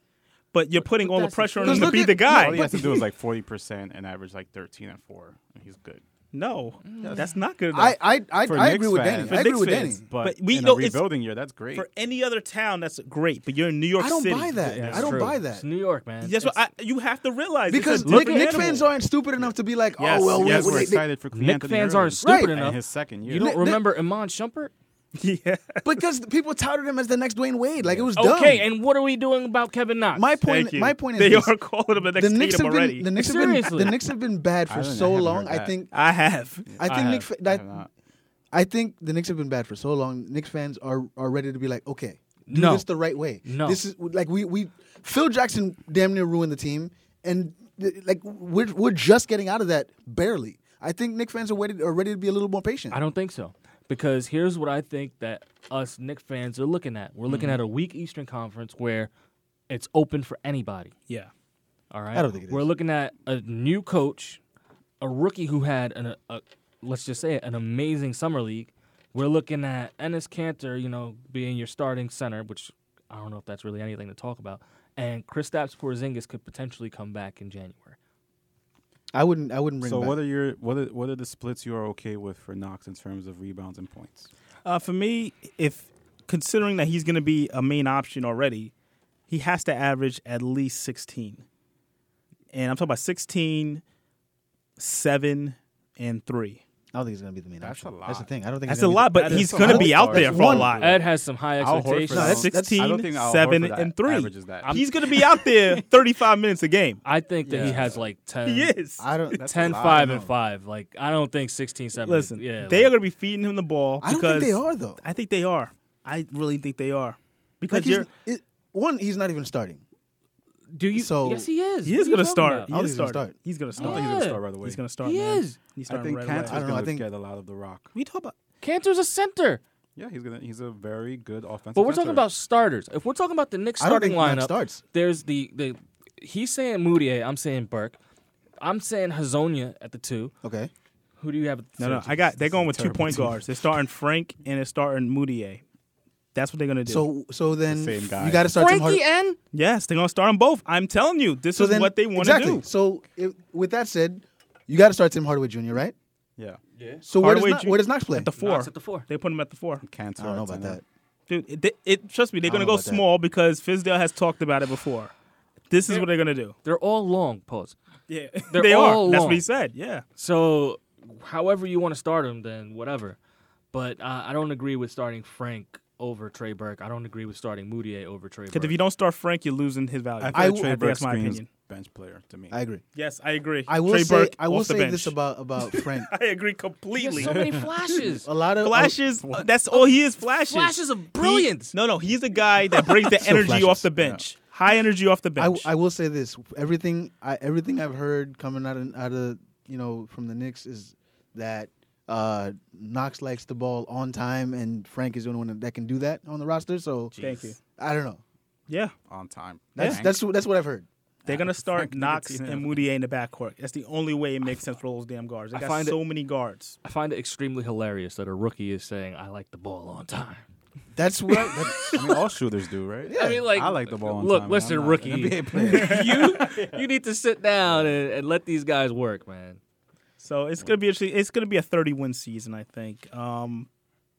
Speaker 1: but you're putting
Speaker 5: But
Speaker 1: all the
Speaker 5: that's the
Speaker 1: pressure on
Speaker 5: thing.
Speaker 1: him to
Speaker 5: Look
Speaker 1: be
Speaker 5: at-
Speaker 1: the guy.
Speaker 3: All he has to do is like forty percent and average like thirteen and four, and he's good.
Speaker 1: No, that's not good.
Speaker 3: I-
Speaker 1: Enough.
Speaker 3: I- I- For I agree Knicks with Danny. fans.
Speaker 1: For
Speaker 3: I agree
Speaker 1: Knicks
Speaker 3: with
Speaker 1: fans.
Speaker 3: Danny.
Speaker 1: But,
Speaker 3: But
Speaker 1: we
Speaker 3: in a
Speaker 1: know it's-
Speaker 3: rebuilding year, that's great.
Speaker 1: For any other town, that's great. But you're in New York
Speaker 6: I don't
Speaker 1: City.
Speaker 6: buy that. Yeah, I don't true. buy that. It's
Speaker 5: New York, man.
Speaker 1: That's what I, you have to realize. It's a
Speaker 6: because Nick,
Speaker 1: different
Speaker 6: Nick
Speaker 1: animal.
Speaker 6: fans aren't stupid enough to be like,
Speaker 1: Yes,
Speaker 6: oh well,
Speaker 1: yes,
Speaker 6: we,
Speaker 1: we're
Speaker 6: we,
Speaker 1: excited for
Speaker 6: they,
Speaker 1: Cleveland.
Speaker 5: Nick
Speaker 1: Anthony
Speaker 5: fans
Speaker 1: Irving.
Speaker 5: aren't stupid
Speaker 6: Right.
Speaker 5: enough.
Speaker 6: And
Speaker 3: his second
Speaker 5: You
Speaker 3: year.
Speaker 5: don't
Speaker 3: Nick-
Speaker 5: remember Iman Shumpert?
Speaker 1: Yeah.
Speaker 6: because people touted him as the next Dwayne Wade. Like it was dumb.
Speaker 5: Okay, and what are we doing about Kevin Knox?
Speaker 6: My point. My point is
Speaker 1: They
Speaker 6: this.
Speaker 1: are calling him the next
Speaker 6: Knicks
Speaker 1: Tatum
Speaker 6: have been,
Speaker 1: already.
Speaker 6: The Knicks have been.
Speaker 1: Seriously.
Speaker 6: The Knicks have been bad
Speaker 1: I
Speaker 6: for
Speaker 1: didn't- I
Speaker 6: so
Speaker 1: haven't
Speaker 6: long.
Speaker 1: heard
Speaker 6: I
Speaker 1: that.
Speaker 6: think.
Speaker 1: I have.
Speaker 6: I
Speaker 1: I
Speaker 6: think Nick.
Speaker 1: have.
Speaker 6: fa- that-
Speaker 1: I have not.
Speaker 6: I think the Knicks have been bad for so long. Knicks fans are are ready to be like, okay, do
Speaker 5: No.
Speaker 6: this the right way.
Speaker 5: No.
Speaker 6: this is like we we Phil Jackson damn near ruined the team, and th- like we're we're just getting out of that barely. I think Knicks fans are ready are ready to be a little more patient.
Speaker 5: I don't think so. Because here's what I think that us Knicks fans are looking at. We're looking
Speaker 6: Mhm.
Speaker 5: at a weak Eastern Conference where it's open for anybody.
Speaker 1: Yeah.
Speaker 5: All right.
Speaker 6: I don't think it
Speaker 5: We're looking at a new coach, a rookie who had an a, a let's just say it, an amazing summer league. We're looking at Ennis Cantor, you know, being your starting center, which I don't know if that's really anything to talk about. And Kristaps Porzingis could potentially come back in January.
Speaker 6: I wouldn't. I wouldn't bring.
Speaker 3: So
Speaker 6: back.
Speaker 3: what are your what are, what are the splits you are okay with for Knox in terms of rebounds and points?
Speaker 1: Uh, for me, if considering that he's going to be a main option already, he has to average at least 16. And I'm talking about 16, 7, and 3.
Speaker 6: I don't think he's going to be the main
Speaker 1: That's
Speaker 6: option.
Speaker 1: a
Speaker 6: That's the thing. I don't think
Speaker 1: That's
Speaker 6: he's gonna
Speaker 1: a
Speaker 6: be-
Speaker 1: lot, but
Speaker 6: That
Speaker 1: he's
Speaker 6: is
Speaker 1: going to
Speaker 6: a
Speaker 1: be
Speaker 6: lot.
Speaker 1: out there
Speaker 6: That's
Speaker 1: for a
Speaker 6: one.
Speaker 1: lot.
Speaker 5: Ed has some high
Speaker 1: Al Horford
Speaker 5: expectations.
Speaker 1: No, that's- 16,
Speaker 5: I don't think Al
Speaker 1: 7,
Speaker 5: Horford
Speaker 1: and 3.
Speaker 5: averages that.
Speaker 1: He's going to be out there 35 minutes a game.
Speaker 5: I think that he
Speaker 1: Yeah.
Speaker 5: has like 10.
Speaker 1: He is.
Speaker 6: I don't- that's a
Speaker 5: 10,
Speaker 6: lot,
Speaker 5: 5,
Speaker 6: no.
Speaker 5: and 5. Like, I don't think 16, 7.
Speaker 1: Listen,
Speaker 5: yeah.
Speaker 1: they are going to be feeding him the ball.
Speaker 6: I don't
Speaker 1: because
Speaker 6: think they are though.
Speaker 1: I think they are. I really think they are. Because
Speaker 6: Like
Speaker 1: you're.
Speaker 6: he's, it, one, he's not even starting.
Speaker 5: Do you?
Speaker 6: So
Speaker 5: Yes, he
Speaker 1: He
Speaker 5: is. What
Speaker 1: is
Speaker 5: are you
Speaker 1: going to
Speaker 5: talking
Speaker 1: start.
Speaker 5: about?
Speaker 1: He
Speaker 6: I don't
Speaker 1: is
Speaker 6: think he's gonna
Speaker 1: starting.
Speaker 6: start.
Speaker 1: He's going to
Speaker 3: I
Speaker 1: start.
Speaker 3: don't think he's gonna start right away.
Speaker 1: He's going to start.
Speaker 5: He
Speaker 1: man.
Speaker 5: is.
Speaker 1: He's
Speaker 3: I
Speaker 1: starting
Speaker 3: think
Speaker 1: right
Speaker 3: Cantor's
Speaker 1: away.
Speaker 3: going to get a lot of the rock.
Speaker 1: We talk about
Speaker 5: Cantor's a center.
Speaker 3: Yeah, he's gonna he's a very good offensive.
Speaker 5: But we're
Speaker 3: center.
Speaker 5: talking about starters. If we're talking about the Knicks
Speaker 3: I don't
Speaker 5: starting
Speaker 3: think Max
Speaker 5: lineup,
Speaker 3: starts.
Speaker 5: there's the, the he's saying Moutier. I'm saying Burke. I'm saying Hazonia at the two.
Speaker 6: Okay.
Speaker 5: Who do you have? At the
Speaker 1: No, no,
Speaker 5: two?
Speaker 1: I got. They're going with two
Speaker 5: Terrible
Speaker 1: point
Speaker 5: team.
Speaker 1: guards. They're starting Frank and they're starting Moutier. That's what they're gonna do.
Speaker 6: So so then
Speaker 1: same guy.
Speaker 6: you got to start some hard.
Speaker 5: and
Speaker 1: yes, they're gonna start them both. I'm telling you, this
Speaker 6: so
Speaker 1: is
Speaker 6: then
Speaker 1: what they want to
Speaker 6: exactly.
Speaker 1: do.
Speaker 6: So if, with that said, you got to start Tim Hardaway Jr. Right?
Speaker 3: Yeah.
Speaker 5: Yeah.
Speaker 6: So where does,
Speaker 1: Hardaway
Speaker 6: Knox,
Speaker 1: Ju-
Speaker 6: where does Knox play?
Speaker 1: At the four.
Speaker 5: at the four.
Speaker 1: They put him at the four.
Speaker 3: Can't.
Speaker 6: I don't know about that.
Speaker 1: Dude, it, they- it, trust me, they're
Speaker 6: I don't
Speaker 1: gonna
Speaker 6: know
Speaker 1: go
Speaker 6: about that.
Speaker 1: small because Fizdale has talked about it before. This is what they're gonna do.
Speaker 5: They're all long. Pause.
Speaker 1: Yeah,
Speaker 5: They're
Speaker 1: They are.
Speaker 5: all
Speaker 1: That's what
Speaker 5: long.
Speaker 1: he said, yeah.
Speaker 5: So, however you want to start him, then whatever. But uh, I don't agree with starting Frank over Trey Burke. I don't agree with starting Moutier over Trey Burke.
Speaker 1: Because if you don't start Frank, you're losing his value.
Speaker 3: I feel like Trey
Speaker 1: think
Speaker 3: Burke
Speaker 1: that's my
Speaker 3: screams
Speaker 1: opinion.
Speaker 3: bench player to me.
Speaker 6: I agree.
Speaker 1: Yes, I agree.
Speaker 6: I will
Speaker 1: Trey
Speaker 6: say
Speaker 1: Burke
Speaker 6: I will
Speaker 1: off the
Speaker 6: say
Speaker 1: bench.
Speaker 6: this about about Frank.
Speaker 1: I agree completely.
Speaker 5: so many flashes.
Speaker 6: A lot of
Speaker 1: flashes. uh, that's all he is. Flashes.
Speaker 5: Flashes of
Speaker 1: He-
Speaker 5: brilliance.
Speaker 1: no, no, he's a guy that brings the
Speaker 6: Still
Speaker 1: energy
Speaker 6: flashes.
Speaker 1: off the bench. High energy off the
Speaker 6: I,
Speaker 1: bench.
Speaker 6: I will say this: everything I everything I've heard coming out of, out of you know from the Knicks is that uh, Knox likes the ball on time, and Frank is the only one that can do that on the roster. So
Speaker 1: Thank you.
Speaker 6: I don't know.
Speaker 1: yeah,
Speaker 3: on time.
Speaker 6: That's
Speaker 1: Yeah.
Speaker 6: that's that's what I've heard.
Speaker 1: They're gonna start Knox
Speaker 6: Ntilikina.
Speaker 1: and Moutier in the backcourt. That's the only way it makes sense for those damn guards. They
Speaker 5: I
Speaker 1: got
Speaker 5: find it-
Speaker 1: so many guards.
Speaker 5: I find it extremely hilarious that a rookie is saying, "I like the ball on time."
Speaker 6: That's what. I,
Speaker 3: I mean, all shooters do, right?
Speaker 5: I mean, like,
Speaker 3: I like the ball. On
Speaker 5: look,
Speaker 3: time, but
Speaker 5: listen,
Speaker 3: I'm not an
Speaker 5: rookie,
Speaker 3: NBA player.
Speaker 5: you you need to sit down and, and let these guys work, man.
Speaker 1: So it's gonna be interesting. It's gonna be a 30 win season, I think. Um,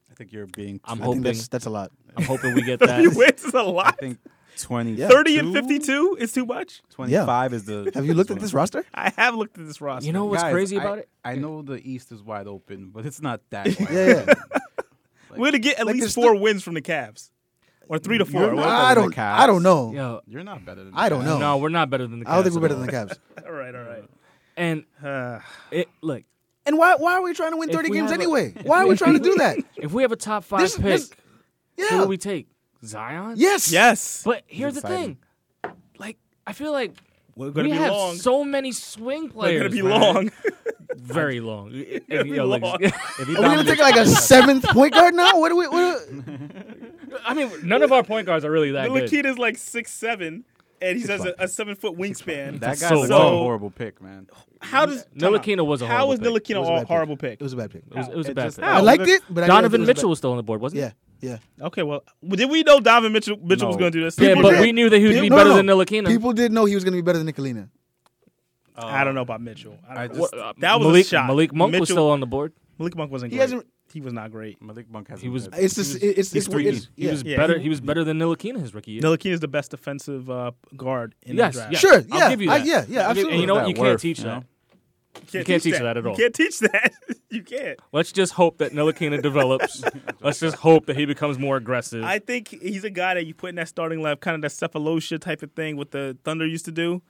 Speaker 3: I think you're being.
Speaker 5: I'm
Speaker 6: I
Speaker 5: hoping
Speaker 6: think that's that's a lot.
Speaker 5: I'm hoping we get
Speaker 1: 30
Speaker 5: that.
Speaker 1: wins is a lot.
Speaker 3: I think 20,
Speaker 1: 30 and 52 is too much.
Speaker 3: 25 is the.
Speaker 6: Have you looked at this roster?
Speaker 1: I have looked at this roster.
Speaker 5: You know what's
Speaker 3: Guys,
Speaker 5: crazy
Speaker 3: I-
Speaker 5: about it?
Speaker 3: I know the East is wide open, but it's not that. Wide
Speaker 6: Yeah, yeah.
Speaker 1: We're gonna get at
Speaker 6: Like,
Speaker 1: least
Speaker 6: it's
Speaker 1: four wins from the Cavs, or three to
Speaker 3: You're
Speaker 1: four.
Speaker 3: not
Speaker 1: Well,
Speaker 6: I
Speaker 3: better than
Speaker 6: don't.
Speaker 3: the
Speaker 6: I don't
Speaker 3: Cavs.
Speaker 6: know.
Speaker 5: Yo,
Speaker 3: You're not better than. the
Speaker 6: I don't
Speaker 3: Cavs.
Speaker 6: know.
Speaker 5: No, we're not better than the. Cavs
Speaker 6: I don't think we're
Speaker 5: at
Speaker 6: better than
Speaker 5: all.
Speaker 6: the Cavs.
Speaker 1: all right, all right.
Speaker 5: And
Speaker 1: Uh,
Speaker 5: it look,
Speaker 6: And why why are we trying to win
Speaker 5: If
Speaker 6: 30
Speaker 5: we
Speaker 6: games
Speaker 5: have a-
Speaker 6: anyway? Why are we trying to do that?
Speaker 5: if we have a top five
Speaker 6: This-
Speaker 5: pick,
Speaker 6: this-
Speaker 5: who
Speaker 6: Yeah.
Speaker 5: do we take? Zion?
Speaker 6: yes.
Speaker 1: yes,
Speaker 5: But here's the
Speaker 3: exciting.
Speaker 5: thing. Like, I feel like
Speaker 1: we're gonna
Speaker 5: we
Speaker 1: be
Speaker 5: have
Speaker 1: long.
Speaker 5: so many swing
Speaker 1: we're
Speaker 5: players.
Speaker 1: gonna be
Speaker 5: man.
Speaker 1: long.
Speaker 5: Very long. If you-
Speaker 1: be
Speaker 5: yo, look,
Speaker 1: long.
Speaker 3: If you
Speaker 6: Are we gonna
Speaker 3: dominate-
Speaker 6: take like a seventh point guard now? What do we? What do,
Speaker 5: I mean, none of our point guards are really that good.
Speaker 1: Ntilikina's like six seven. and he has a, a seven foot wingspan.
Speaker 6: That guy was a horrible pick, man.
Speaker 1: How does
Speaker 3: Nilakina was a
Speaker 1: how
Speaker 3: horrible
Speaker 1: was
Speaker 3: pick. It
Speaker 1: Nilakina
Speaker 3: was a
Speaker 1: a
Speaker 3: bad
Speaker 1: horrible pick?
Speaker 12: It was a bad pick.
Speaker 3: It was, it was a
Speaker 1: It
Speaker 3: bad
Speaker 1: just-
Speaker 3: pick.
Speaker 1: I How? liked it, but I
Speaker 3: Donovan
Speaker 1: realized it was
Speaker 3: Mitchell
Speaker 1: bad.
Speaker 3: was still on the board, wasn't
Speaker 12: he? Yeah.
Speaker 1: Okay, well, did we know Donovan Mitchell Mitchell was
Speaker 3: No.
Speaker 1: going to do this?
Speaker 3: Yeah,
Speaker 1: People
Speaker 3: but
Speaker 1: did.
Speaker 3: we knew that he would be
Speaker 1: People-
Speaker 3: better than Nilakina.
Speaker 12: People did know he was going to be better than Nicolina.
Speaker 1: I don't know about Mitchell. I don't know.
Speaker 3: I just- What, uh,
Speaker 1: that was
Speaker 3: Malik-
Speaker 1: a shot.
Speaker 3: Malik Monk was still on the board.
Speaker 1: Malik Monk wasn't.
Speaker 12: He
Speaker 1: Great.
Speaker 12: hasn't-
Speaker 1: He was not great.
Speaker 6: Malik Monk hasn't.
Speaker 3: He was.
Speaker 12: It's just-
Speaker 3: he was-
Speaker 12: it's- it's- it's-
Speaker 3: he's 3E. He was
Speaker 1: yeah.
Speaker 3: better.
Speaker 1: Yeah.
Speaker 3: He was better than Nilakina his rookie year.
Speaker 1: Nilakina is the best defensive uh, guard in
Speaker 3: Yes,
Speaker 1: the draft.
Speaker 3: yes.
Speaker 12: Sure,
Speaker 3: I'll
Speaker 12: yeah,
Speaker 3: give you
Speaker 12: I-
Speaker 3: that.
Speaker 12: yeah, yeah,
Speaker 3: And you- And
Speaker 12: absolutely.
Speaker 3: you know
Speaker 12: That
Speaker 3: what? You can't
Speaker 12: worth,
Speaker 3: teach
Speaker 12: you
Speaker 3: that.
Speaker 12: know?
Speaker 3: You can't teach that at all.
Speaker 1: You can't teach that. you can't.
Speaker 3: Let's just hope that Nilakina develops. Let's just hope that he becomes more aggressive.
Speaker 1: I think he's a guy that you put in that starting lineup, kind of that Cephalosha type of thing, what the Thunder used to do.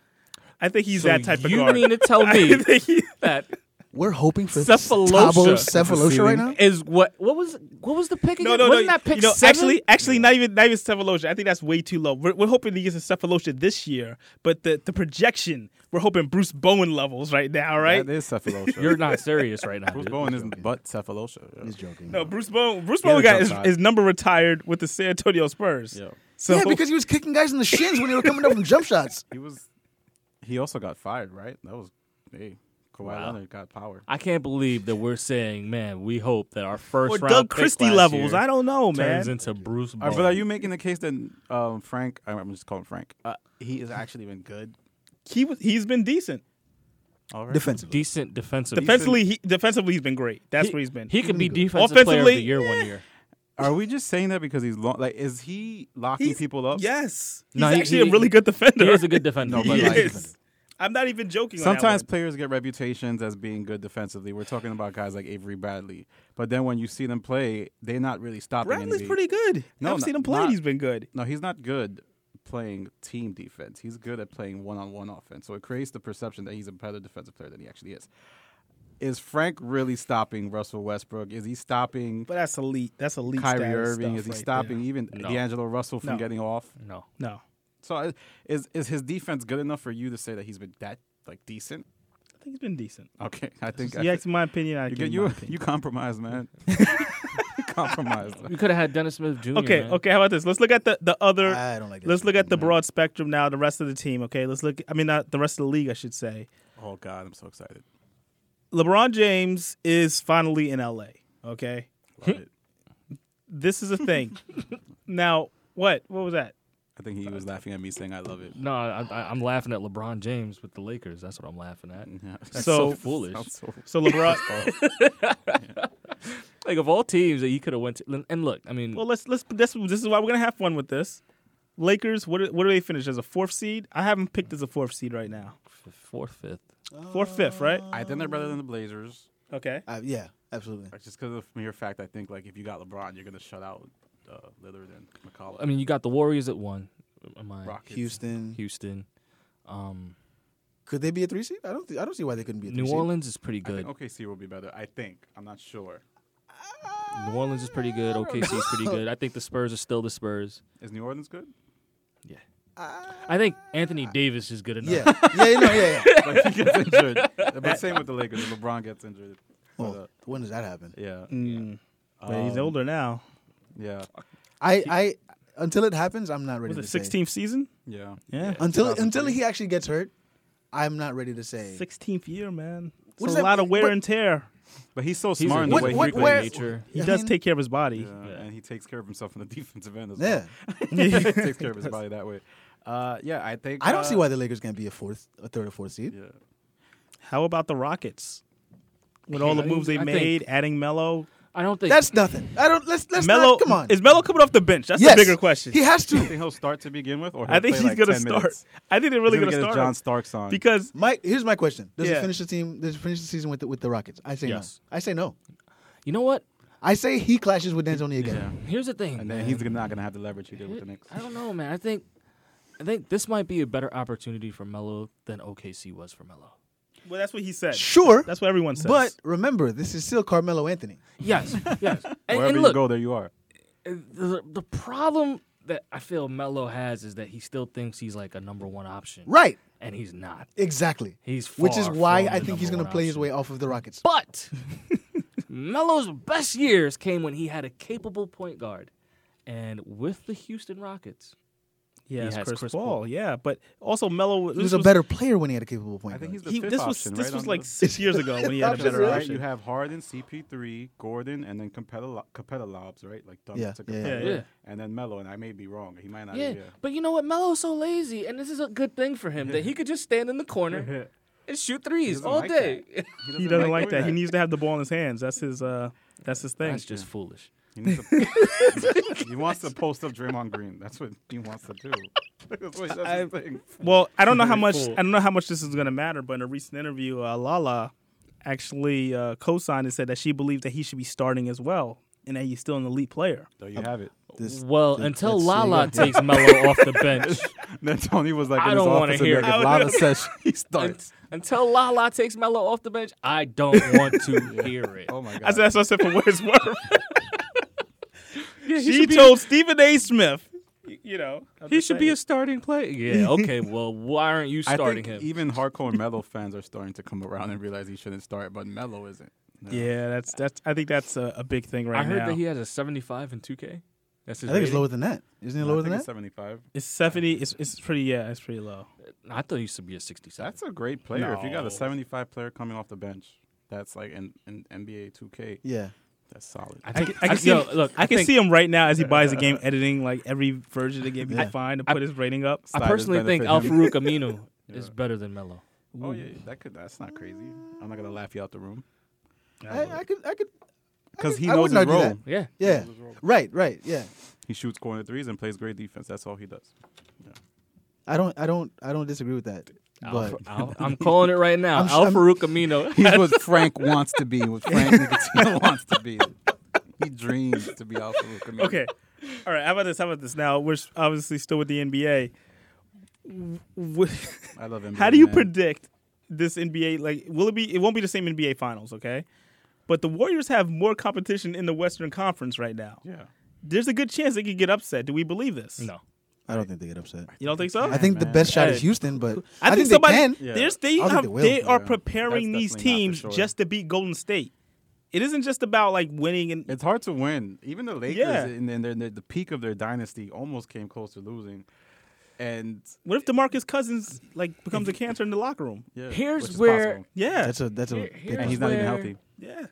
Speaker 1: I think he's
Speaker 3: So
Speaker 1: that type of
Speaker 3: you
Speaker 1: guard.
Speaker 3: mean to tell
Speaker 1: I
Speaker 3: me
Speaker 1: think he-
Speaker 3: that
Speaker 12: We're hoping for
Speaker 3: Cephalosha.
Speaker 12: Tabo
Speaker 3: E.
Speaker 12: Cephalosha right now.
Speaker 3: is what? What was? What was the pick?
Speaker 1: no,
Speaker 3: again?
Speaker 1: no, no.
Speaker 3: Wasn't that pick
Speaker 1: you know,
Speaker 3: seven?
Speaker 1: Actually, actually, not even not even Cephalosha. I think that's way too low. We're, we're hoping he gets a Cephalosha this year, but the, the projection, we're hoping Bruce Bowen levels right now, right?
Speaker 6: That is Cephalosha.
Speaker 3: You're not serious right now.
Speaker 6: Bruce
Speaker 3: dude.
Speaker 6: Bowen isn't but Cephalosha. He's
Speaker 12: joking.
Speaker 1: no, Bruce Bowen. Bruce
Speaker 6: Yeah,
Speaker 1: Bowen got
Speaker 6: that's
Speaker 1: his,
Speaker 6: not-
Speaker 1: his number retired with the San Antonio Spurs. So
Speaker 12: yeah, because he was kicking guys in the shins when they were coming up from jump shots.
Speaker 6: He was. He also got fired, right? That was hey, Kawhi
Speaker 3: Wow.
Speaker 6: Leonard got power.
Speaker 3: I can't believe that we're saying, man. We hope that our first
Speaker 1: Or
Speaker 3: round
Speaker 1: Doug
Speaker 3: pick
Speaker 1: Christie
Speaker 3: last
Speaker 1: levels.
Speaker 3: year
Speaker 1: I don't know,
Speaker 3: turns
Speaker 1: man.
Speaker 3: into Bruce.
Speaker 6: All right,
Speaker 3: Bowen.
Speaker 6: but are you making the case that um, Frank? I'm just calling Frank. Uh, he has actually been good.
Speaker 1: he was, he's been decent.
Speaker 6: All right.
Speaker 12: Defensively.
Speaker 3: decent defensively.
Speaker 1: Defensively, he, defensively, he's been great. That's where he's been.
Speaker 3: He could be
Speaker 1: He's been good.
Speaker 3: defensive player of the year one year.
Speaker 6: Are we just saying that because he's long? Like, is he locking
Speaker 1: He's-
Speaker 6: people up?
Speaker 1: Yes, he's
Speaker 3: No, he-
Speaker 1: actually
Speaker 3: he-
Speaker 1: a really good defender.
Speaker 3: he is a good defender.
Speaker 6: No, but
Speaker 1: He
Speaker 6: like-
Speaker 1: is. I'm not even joking. on that
Speaker 6: Sometimes
Speaker 1: one.
Speaker 6: players get reputations as being good defensively. We're talking about guys like Avery Bradley, but then when you see them play, they're not really stopping.
Speaker 1: Bradley's pretty
Speaker 6: anybody.
Speaker 1: good.
Speaker 6: No,
Speaker 1: I've
Speaker 6: no-
Speaker 1: seen him play.
Speaker 6: not-
Speaker 1: he's been good.
Speaker 6: No, he's not good playing team defense. He's good at playing one-on-one offense. So it creates the perception that he's a better defensive player than he actually is. Is Frank really stopping Russell Westbrook? Is he stopping
Speaker 1: But that's elite. That's elite.
Speaker 6: Kyrie
Speaker 1: status
Speaker 6: Irving?
Speaker 1: stuff
Speaker 6: Is he
Speaker 1: right
Speaker 6: stopping even
Speaker 3: No.
Speaker 6: D'Angelo Russell from
Speaker 1: No.
Speaker 6: getting off?
Speaker 3: No.
Speaker 1: there. No,
Speaker 6: So I- is is his defense good enough for you to say that he's been that like decent?
Speaker 1: I think he's been decent.
Speaker 6: Okay, I think I,
Speaker 1: You asked my opinion. I
Speaker 6: you
Speaker 1: give you.
Speaker 6: get you
Speaker 1: My opinion.
Speaker 6: you compromise, man. compromise.
Speaker 3: You could have had Dennis Smith Jr.
Speaker 1: Okay,
Speaker 3: man.
Speaker 1: okay. How about this? Let's look at the the other.
Speaker 12: I don't like that
Speaker 1: Let's look at the broad spectrum now. The rest of the team. Okay, let's look. I mean, not the rest of the league. I should say.
Speaker 6: Oh God, I'm so excited.
Speaker 1: LeBron James is finally in LA. Okay,
Speaker 6: Love it.
Speaker 1: this is a thing. now, what? What was that?
Speaker 6: I think he was laughing at me saying I love it.
Speaker 3: No, I, I, I'm laughing at LeBron James with the Lakers. That's what I'm laughing at.
Speaker 6: Yeah.
Speaker 3: That's so,
Speaker 1: So-
Speaker 3: foolish.
Speaker 6: Sounds so-
Speaker 1: So LeBron.
Speaker 3: Like of all teams that he could have went to, and look, I mean,
Speaker 1: well, let's let's. This this is why we're gonna have fun with this. Lakers. What do- what do they finish as a fourth seed? I haven't picked as a fourth seed right now.
Speaker 3: fourth, fifth.
Speaker 1: Fourth, fifth, right?
Speaker 6: I think they're better than the Blazers.
Speaker 1: Okay.
Speaker 12: Uh, yeah, absolutely.
Speaker 6: Like, Just because of mere fact, I think like if you got LeBron, you're gonna shut out uh, Lillard and McCollum.
Speaker 3: I mean, you got the Warriors at one. Am I
Speaker 6: Rockets.
Speaker 12: Houston.
Speaker 3: Houston? Um,
Speaker 12: Could they be a three seed? I don't. Th- I don't see why they couldn't be a three
Speaker 3: New
Speaker 12: seed.
Speaker 3: Orleans is pretty
Speaker 6: I
Speaker 3: good.
Speaker 6: think OKC will be better. I think. I'm not sure.
Speaker 3: New Orleans is pretty good. OKC is pretty good. I think the Spurs are still the Spurs.
Speaker 6: Is New Orleans good?
Speaker 3: I think Anthony Davis is good enough.
Speaker 12: Yeah, yeah, you know, yeah. yeah.
Speaker 6: Like he gets injured. but same with the Lakers. If LeBron gets injured. but, uh,
Speaker 12: Well, when does that happen?
Speaker 6: yeah.
Speaker 1: Mm. But he's
Speaker 6: Um,
Speaker 1: older now.
Speaker 6: Yeah.
Speaker 12: I, I, until it happens, I'm not ready
Speaker 1: Was it
Speaker 12: to say.
Speaker 1: 16th season?
Speaker 6: Yeah.
Speaker 1: Yeah.
Speaker 12: Until until he actually gets hurt, I'm not ready to say.
Speaker 1: 16th year, man.
Speaker 12: What
Speaker 1: It's
Speaker 12: does
Speaker 1: a
Speaker 12: that-
Speaker 1: lot of wear
Speaker 12: but-
Speaker 1: and tear.
Speaker 6: But he's so
Speaker 3: He's
Speaker 6: smart
Speaker 3: a
Speaker 6: in the
Speaker 12: what-
Speaker 6: way
Speaker 12: what-
Speaker 6: he plays
Speaker 12: where-
Speaker 3: nature.
Speaker 1: He
Speaker 12: I
Speaker 1: does
Speaker 12: mean-
Speaker 1: take care of his body.
Speaker 6: Yeah, and he takes care of himself on the defensive end as
Speaker 12: Yeah,
Speaker 6: well. Yeah. he takes care of his body that way. Uh, yeah, I think.
Speaker 12: I don't
Speaker 6: uh,
Speaker 12: see why the Lakers can't be a fourth, a third or fourth seed.
Speaker 6: Yeah.
Speaker 1: How about the Rockets? With all the
Speaker 3: I-
Speaker 1: moves they
Speaker 3: I think-
Speaker 1: made, adding Melo.
Speaker 3: I don't think
Speaker 12: That's nothing. I don't. Let's let's
Speaker 1: Melo,
Speaker 12: not. Come on.
Speaker 1: is Melo coming off the bench? That's
Speaker 12: Yes.
Speaker 1: the bigger question.
Speaker 12: He has
Speaker 6: Do you
Speaker 12: to.
Speaker 6: think he'll start to begin with, or he'll
Speaker 1: I think
Speaker 6: play
Speaker 1: he's
Speaker 6: like
Speaker 1: gonna
Speaker 6: 10
Speaker 1: start.
Speaker 6: minutes?
Speaker 1: I think they're really
Speaker 6: He's
Speaker 1: gonna
Speaker 6: get
Speaker 1: start
Speaker 6: his
Speaker 1: him.
Speaker 6: John Starks on
Speaker 1: because
Speaker 12: Mike, here's my question: Does
Speaker 1: Yeah.
Speaker 12: it finish the team? Does it finish the season with the, with the Rockets? I say
Speaker 3: Yes.
Speaker 12: no. I say no.
Speaker 3: you know what.
Speaker 12: I say he clashes with D'Antoni again.
Speaker 3: Here's the thing,
Speaker 6: and then
Speaker 3: man.
Speaker 6: he's not gonna have the leverage he did with the Knicks.
Speaker 3: I don't know, man. I think I think this might be a better opportunity for Melo than OKC was for Melo.
Speaker 1: well, that's what he said.
Speaker 12: Sure,
Speaker 1: That's what everyone says.
Speaker 12: but remember, this is still Carmelo Anthony.
Speaker 3: Yes, yes. And- And,
Speaker 6: Wherever you
Speaker 3: look, uh,
Speaker 6: go, there you are.
Speaker 3: the, the problem that I feel Melo has is that he still thinks he's like a number one option,
Speaker 12: Right.
Speaker 3: And he's not.
Speaker 12: Exactly.
Speaker 3: He's
Speaker 12: Which is
Speaker 3: far
Speaker 12: why
Speaker 3: from
Speaker 12: I
Speaker 3: the
Speaker 12: think he's going
Speaker 3: number one
Speaker 12: to play his
Speaker 3: option.
Speaker 12: way off of the Rockets.
Speaker 3: But Melo's best years came when he had a capable point guard, and with the Houston Rockets,
Speaker 1: Yeah,
Speaker 3: He
Speaker 1: it's
Speaker 3: has
Speaker 1: Chris,
Speaker 3: Chris
Speaker 1: Paul.
Speaker 3: Paul.
Speaker 1: Yeah, but also Melo.
Speaker 12: He was a better player when he had a capable point.
Speaker 6: I think
Speaker 12: guard.
Speaker 6: he's the
Speaker 1: He-
Speaker 6: fifth
Speaker 1: this was-
Speaker 6: option.
Speaker 1: this
Speaker 6: right,
Speaker 1: was
Speaker 6: on
Speaker 1: like
Speaker 6: the-
Speaker 1: six years ago when he had a
Speaker 6: Fifth
Speaker 1: better
Speaker 6: right?
Speaker 1: option.
Speaker 6: You have Harden, CP3, Gordon, and then Capella, Capella lobs, right? Like dunks
Speaker 12: Yeah,
Speaker 6: to
Speaker 12: yeah,
Speaker 6: Capella,
Speaker 3: yeah. Yeah.
Speaker 6: and then Melo. And I may be wrong. He might not.
Speaker 3: Yeah,
Speaker 6: be,
Speaker 3: but you know what? Melo's so lazy, and this is a good thing for him that he could just stand in the corner and shoot threes
Speaker 6: doesn't
Speaker 3: all
Speaker 6: like
Speaker 3: day.
Speaker 6: that. He
Speaker 1: He doesn't like that. He needs to have the ball in his hands. That's his. Uh, that's his thing.
Speaker 3: That's just foolish.
Speaker 6: He, needs to, he wants to post up Draymond Green. That's what he wants to do. That's what, that's his thing.
Speaker 1: Well, I don't know how
Speaker 6: Very
Speaker 1: much
Speaker 6: cool.
Speaker 1: I don't know how much this is going to matter, but in a recent interview, uh, Lala actually uh, co-signed and said that she believed that he should be starting as well, and that he's still an elite player.
Speaker 6: There
Speaker 12: Um,
Speaker 6: you have it.
Speaker 3: well,
Speaker 1: th-
Speaker 3: until
Speaker 1: that's- there you
Speaker 3: Lala
Speaker 1: go.
Speaker 3: takes Melo off the bench,
Speaker 6: Then Tony was like,
Speaker 3: I
Speaker 6: in
Speaker 3: don't
Speaker 6: want
Speaker 3: wanna
Speaker 6: to
Speaker 3: hear
Speaker 6: A
Speaker 3: it.
Speaker 6: lot of sessions. He starts.
Speaker 3: until Lala takes Melo off the bench, I don't want to hear it.
Speaker 6: Oh my
Speaker 1: I said that's what I said for what it's worth.
Speaker 3: Yeah, he
Speaker 1: she
Speaker 3: should be-
Speaker 1: told Stephen A. Smith, y- you know, I'm
Speaker 3: He
Speaker 1: just
Speaker 3: should be
Speaker 1: saying.
Speaker 3: a starting player. Yeah. Okay. Well, why aren't you
Speaker 6: I
Speaker 3: starting
Speaker 6: think
Speaker 3: him?
Speaker 6: even hardcore Melo fans are starting to come around and realize he shouldn't start, but Melo isn't. No.
Speaker 1: Yeah, that's that's. I think that's a, a big thing right
Speaker 3: I heard
Speaker 1: now.
Speaker 3: that he has a 75 in 2K. That's his.
Speaker 12: I think it's
Speaker 3: rating.
Speaker 12: lower than that. Isn't it
Speaker 6: No, I
Speaker 12: lower
Speaker 6: think
Speaker 12: than
Speaker 6: it's
Speaker 12: that?
Speaker 6: 75.
Speaker 1: it's seventy. It's it's pretty. Yeah, it's pretty low.
Speaker 3: I thought he used to be a 67.
Speaker 6: That's a great player. If you got
Speaker 3: No.
Speaker 6: a 75 player coming off the bench, that's like in, in NBA 2K.
Speaker 12: Yeah.
Speaker 6: That's solid.
Speaker 3: I
Speaker 1: I,
Speaker 3: think-
Speaker 1: can- I can
Speaker 3: I-
Speaker 1: see.
Speaker 3: yo,
Speaker 1: him,
Speaker 3: look,
Speaker 1: I,
Speaker 3: I
Speaker 1: can
Speaker 3: think-
Speaker 1: see him right now as he buys the game, editing like every version of the game he can find to put his rating up.
Speaker 3: I personally think Al Farouk Aminu is better than Melo.
Speaker 6: Oh yeah, that could. That's not crazy. I'm not gonna laugh you out the room.
Speaker 12: I, I could, I could,
Speaker 6: Because
Speaker 12: I
Speaker 6: he knows
Speaker 12: would
Speaker 6: his
Speaker 12: not do
Speaker 6: role.
Speaker 12: that. yeah, right, right, yeah.
Speaker 6: He shoots corner threes and plays great defense. That's all he does.
Speaker 12: I don't, I don't, I don't disagree with that.
Speaker 3: Al-
Speaker 12: But
Speaker 3: Al- I'm calling it right now.
Speaker 12: I'm-
Speaker 3: Al
Speaker 12: I'm-
Speaker 3: Farouk Amino.
Speaker 6: He's what Frank wants to be. What Frank Ntilikina wants to be. He dreams to be Al Farouk Aminu.
Speaker 1: Okay. All right. How about this? How about this? Now we're s- obviously still with the NBA. W- w-
Speaker 6: I love NBA.
Speaker 1: How do you
Speaker 6: man.
Speaker 1: predict this NBA? Like, will it be? It won't be the same NBA Finals, okay? But the Warriors have more competition in the Western Conference right now.
Speaker 6: Yeah.
Speaker 1: There's a good chance they could get upset. Do we believe this? No.
Speaker 12: I don't think they get upset.
Speaker 1: You don't think so?
Speaker 12: I think the
Speaker 1: man.
Speaker 12: best shot
Speaker 1: Hey.
Speaker 12: is Houston, but
Speaker 1: I, think,
Speaker 12: they
Speaker 1: somebody,
Speaker 12: can.
Speaker 1: There's,
Speaker 12: I
Speaker 1: they,
Speaker 12: don't
Speaker 1: have-
Speaker 12: think will.
Speaker 1: they are
Speaker 12: Yeah.
Speaker 1: preparing
Speaker 6: That's
Speaker 1: these
Speaker 6: definitely not
Speaker 1: teams
Speaker 6: for sure.
Speaker 1: just to beat Golden State. It isn't just about like winning and
Speaker 6: It's hard to win. Even the Lakers,
Speaker 1: Yeah.
Speaker 6: in, their- in their, the peak of their dynasty, almost came close to losing. And
Speaker 1: what if DeMarcus Cousins like becomes a cancer in the locker room?
Speaker 6: yeah, which
Speaker 3: Here's
Speaker 6: is
Speaker 3: where.
Speaker 6: possible.
Speaker 1: Yeah.
Speaker 12: That's a that's a
Speaker 3: Here-
Speaker 12: big
Speaker 3: here's
Speaker 6: and he's not even
Speaker 3: where-
Speaker 6: healthy.
Speaker 1: yeah.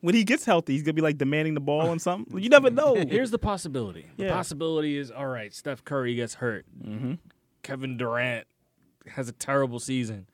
Speaker 1: When he gets healthy, he's gonna be like demanding the ball and something. You never know.
Speaker 3: Here's the possibility. The
Speaker 1: Yeah.
Speaker 3: possibility is all right. Steph Curry gets hurt.
Speaker 6: Mm-hmm.
Speaker 3: Kevin Durant has a terrible season.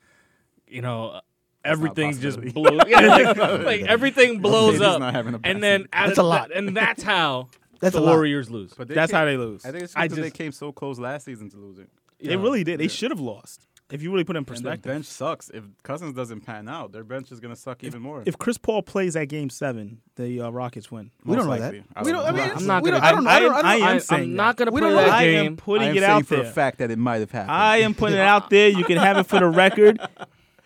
Speaker 3: You know, uh, everything just blows. like, like, everything blows
Speaker 6: He's
Speaker 3: up,
Speaker 6: not having a bad
Speaker 3: and then out
Speaker 12: That's
Speaker 3: of
Speaker 12: a lot.
Speaker 3: that- and that's how
Speaker 12: That's
Speaker 3: the
Speaker 12: a lot.
Speaker 3: Warriors lose.
Speaker 6: But
Speaker 1: That's
Speaker 6: came-
Speaker 1: how they lose.
Speaker 6: I think it's
Speaker 1: I
Speaker 6: just 'cause they
Speaker 1: just-
Speaker 6: came so close last season to losing.
Speaker 1: They really did. They should have lost. If you really put it in
Speaker 6: And their
Speaker 1: perspective.
Speaker 6: bench sucks. If Cousins doesn't pan out, their bench is going to suck even more.
Speaker 1: If Chris Paul plays at Game Seven, the uh, Rockets win.
Speaker 12: We don't know
Speaker 6: Most
Speaker 12: that.
Speaker 6: likely. I
Speaker 12: We
Speaker 6: don't
Speaker 12: don't.
Speaker 6: know.
Speaker 12: I mean,
Speaker 6: I'm
Speaker 12: it's-
Speaker 3: not
Speaker 12: we
Speaker 3: gonna
Speaker 12: don't- I don't.
Speaker 1: bet.
Speaker 12: I don't. I don't.
Speaker 1: I am
Speaker 3: I'm
Speaker 1: saying that.
Speaker 3: not going to
Speaker 12: We
Speaker 3: play
Speaker 12: don't
Speaker 3: that
Speaker 12: know.
Speaker 1: I
Speaker 3: game.
Speaker 1: am putting
Speaker 6: I'm
Speaker 1: it
Speaker 6: saying
Speaker 1: out
Speaker 6: for
Speaker 1: there.
Speaker 6: a fact that it might have happened.
Speaker 1: I am putting it out there. You can have it for the record.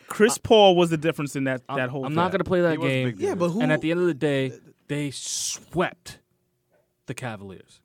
Speaker 1: Chris Paul was the difference in that, that whole.
Speaker 3: I'm not going to play that
Speaker 6: was a
Speaker 3: game.
Speaker 6: big
Speaker 12: Yeah, but who?
Speaker 3: And at the end of the day, they swept the Cavaliers.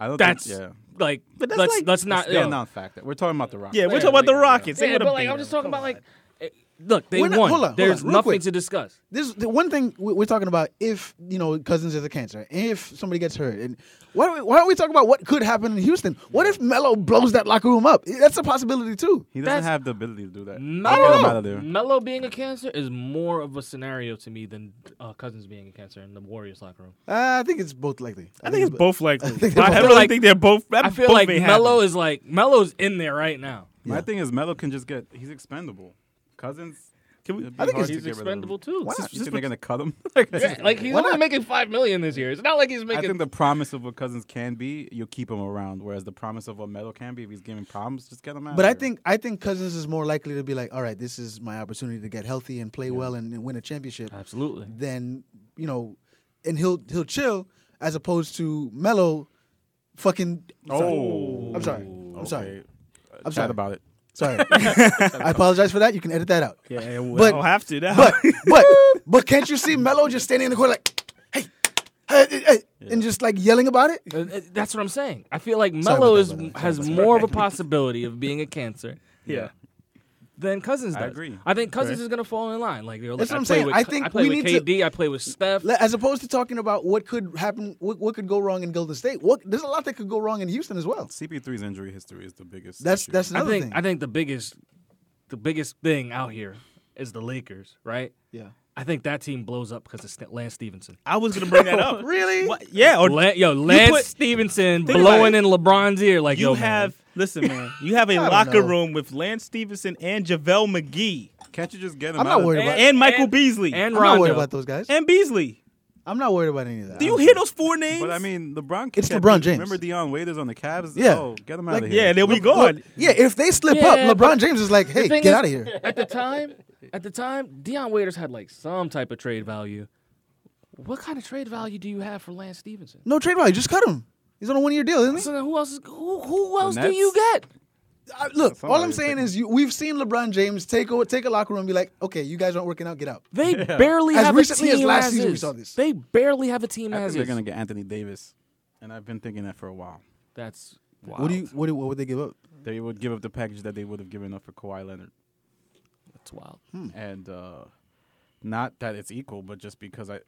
Speaker 6: I don't
Speaker 3: That's
Speaker 6: think, yeah.
Speaker 3: like
Speaker 1: But that's
Speaker 3: let's
Speaker 1: like-
Speaker 3: let's not.
Speaker 6: Yeah,
Speaker 3: yo.
Speaker 6: not fact. We're talking about the Rockets.
Speaker 1: Yeah, we're talking about the Rockets. They
Speaker 3: Yeah,
Speaker 1: would've
Speaker 3: but like
Speaker 1: beat
Speaker 3: I'm just
Speaker 1: them.
Speaker 3: talking about like, eh, look, they
Speaker 12: We're not-
Speaker 3: won.
Speaker 12: hold on, hold
Speaker 3: There's
Speaker 12: on, real
Speaker 3: nothing
Speaker 12: quick.
Speaker 3: to discuss.
Speaker 12: This the one thing we- we're talking about. If you know Cousins is a cancer, if somebody gets hurt, and why don't we, why don't we talk about what could happen in Houston? What if Melo blows that locker room up? That's a possibility too.
Speaker 6: He doesn't
Speaker 3: That's-
Speaker 6: have the ability to do that. Get him out
Speaker 3: Melo,
Speaker 6: of there.
Speaker 3: Melo being a cancer is more of a scenario to me than uh, Cousins being a cancer in the Warriors locker room.
Speaker 12: Uh, I think it's both likely.
Speaker 1: I think it's both likely. I,
Speaker 12: think they're both-
Speaker 1: really
Speaker 3: like-
Speaker 1: think they're both.
Speaker 3: I feel like Melo is like Melo's in there right now.
Speaker 6: My thing is Melo can just get. He's expendable. Cousins.
Speaker 1: Can we-
Speaker 6: it'd be
Speaker 1: I think
Speaker 6: hard
Speaker 1: it's-
Speaker 6: to
Speaker 3: He's
Speaker 6: get rid of him.
Speaker 3: expendable too.
Speaker 12: Why
Speaker 6: You
Speaker 12: not?
Speaker 6: think they're gonna cut him?
Speaker 3: Yeah, like he's
Speaker 12: Why
Speaker 3: only
Speaker 12: not?
Speaker 3: making five million this year. It's not like he's
Speaker 6: I
Speaker 3: making.
Speaker 6: think the promise of what Cousins can be, you'll keep him around. Whereas the promise of what Melo can be, if he's giving problems, just get him out.
Speaker 12: But
Speaker 6: of
Speaker 12: I
Speaker 6: here.
Speaker 12: think I think Cousins is more likely to be like, all right, this is my opportunity to get healthy and play well and, and win a championship.
Speaker 3: Absolutely.
Speaker 12: Then you know, and he'll he'll chill as opposed to Melo, fucking.
Speaker 6: Oh,
Speaker 12: I'm sorry. I'm sorry.
Speaker 6: Okay. Uh,
Speaker 12: I'm
Speaker 6: Chat
Speaker 12: sorry.
Speaker 6: about it.
Speaker 12: Sorry. I apologize for that. You can edit that out.
Speaker 1: Yeah, yeah, well,
Speaker 12: But-
Speaker 1: I'll have to now.
Speaker 12: But but but can't you see Melo just standing in the corner like, hey, hey, hey, hey," and just like yelling about it?
Speaker 3: Uh, uh, That's what I'm saying. I feel like
Speaker 12: about
Speaker 3: Melo
Speaker 12: that,
Speaker 3: is
Speaker 12: by the way. Sorry
Speaker 3: has
Speaker 12: about that.
Speaker 3: more of a possibility of being a cancer
Speaker 1: yeah.
Speaker 3: than Cousins
Speaker 6: I
Speaker 3: does.
Speaker 6: agree.
Speaker 3: I think Cousins
Speaker 6: Right.
Speaker 3: is going to fall in line. Like, you know,
Speaker 12: That's
Speaker 3: like,
Speaker 12: what I'm
Speaker 3: play
Speaker 12: saying.
Speaker 3: With,
Speaker 12: I
Speaker 3: K-
Speaker 12: think
Speaker 3: I play
Speaker 12: we
Speaker 3: with
Speaker 12: need to-
Speaker 3: KD. I play with Steph.
Speaker 12: Le- As opposed to talking about what could happen, what, what could go wrong in Golden State. What there's a lot that could go wrong in Houston as well.
Speaker 6: CP3's injury history is the biggest.
Speaker 12: That's-
Speaker 6: issue.
Speaker 12: that's
Speaker 3: I think I think the biggest the biggest thing out here is the Lakers, right?
Speaker 12: Yeah.
Speaker 3: I think that team blows up because it's Lance Stevenson.
Speaker 1: I was gonna bring that up.
Speaker 12: really?
Speaker 1: yeah. Or
Speaker 3: La- yo,
Speaker 1: you
Speaker 3: Lance
Speaker 1: put-
Speaker 3: Stevenson
Speaker 1: Think about
Speaker 3: blowing
Speaker 1: it.
Speaker 3: in LeBron's ear like
Speaker 1: you
Speaker 3: yo,
Speaker 1: have
Speaker 3: man.
Speaker 1: listen, man. You have a
Speaker 3: I don't
Speaker 1: locker
Speaker 3: know.
Speaker 1: room with Lance Stevenson and JaVale McGee.
Speaker 6: Can't you just get
Speaker 12: I'm not worried about
Speaker 1: and, and Michael Beasley
Speaker 12: I'm not worried about those guys.
Speaker 1: and Beasley.
Speaker 12: I'm not worried about any of that.
Speaker 1: Do you hear those four names?
Speaker 6: But I mean, LeBron.
Speaker 12: It's
Speaker 6: can't
Speaker 12: LeBron
Speaker 6: be-
Speaker 12: James.
Speaker 6: Remember Deion Waiters on the Cavs?
Speaker 12: Yeah.
Speaker 6: Oh, get him out
Speaker 12: Like,
Speaker 6: of here.
Speaker 1: yeah, there we go.
Speaker 12: Look, yeah, if they slip
Speaker 3: Yeah,
Speaker 12: up, LeBron
Speaker 3: but
Speaker 12: James is like,
Speaker 3: The
Speaker 12: "Hey,
Speaker 3: thing
Speaker 12: get
Speaker 3: is,
Speaker 12: out of here."
Speaker 3: At the time, at the time, Deion Waiters had like some type of trade value. What kind of trade value do you have for Lance Stevenson?
Speaker 12: No trade value. Just cut him. He's on a one-year deal, isn't he?
Speaker 3: So then who else is who who else do
Speaker 12: Nets?
Speaker 3: you get?
Speaker 12: Uh, look, all I'm saying is, you, we've seen LeBron James take over, take a locker room, and be like, "Okay, you guys aren't working out. Get out."
Speaker 3: They barely
Speaker 12: as
Speaker 3: have
Speaker 12: recently
Speaker 3: a team
Speaker 12: as last
Speaker 3: as
Speaker 12: season we
Speaker 3: is.
Speaker 12: saw this.
Speaker 3: They barely have a team
Speaker 6: I think
Speaker 3: as
Speaker 6: they're
Speaker 3: is.
Speaker 6: gonna get Anthony Davis, and I've been thinking that for a while.
Speaker 3: That's wild.
Speaker 12: What do you? What, do- what would they give up?
Speaker 6: They would give up the package that they would have given up for Kawhi Leonard,
Speaker 3: That's wild.
Speaker 6: and uh, not that it's equal, but just because I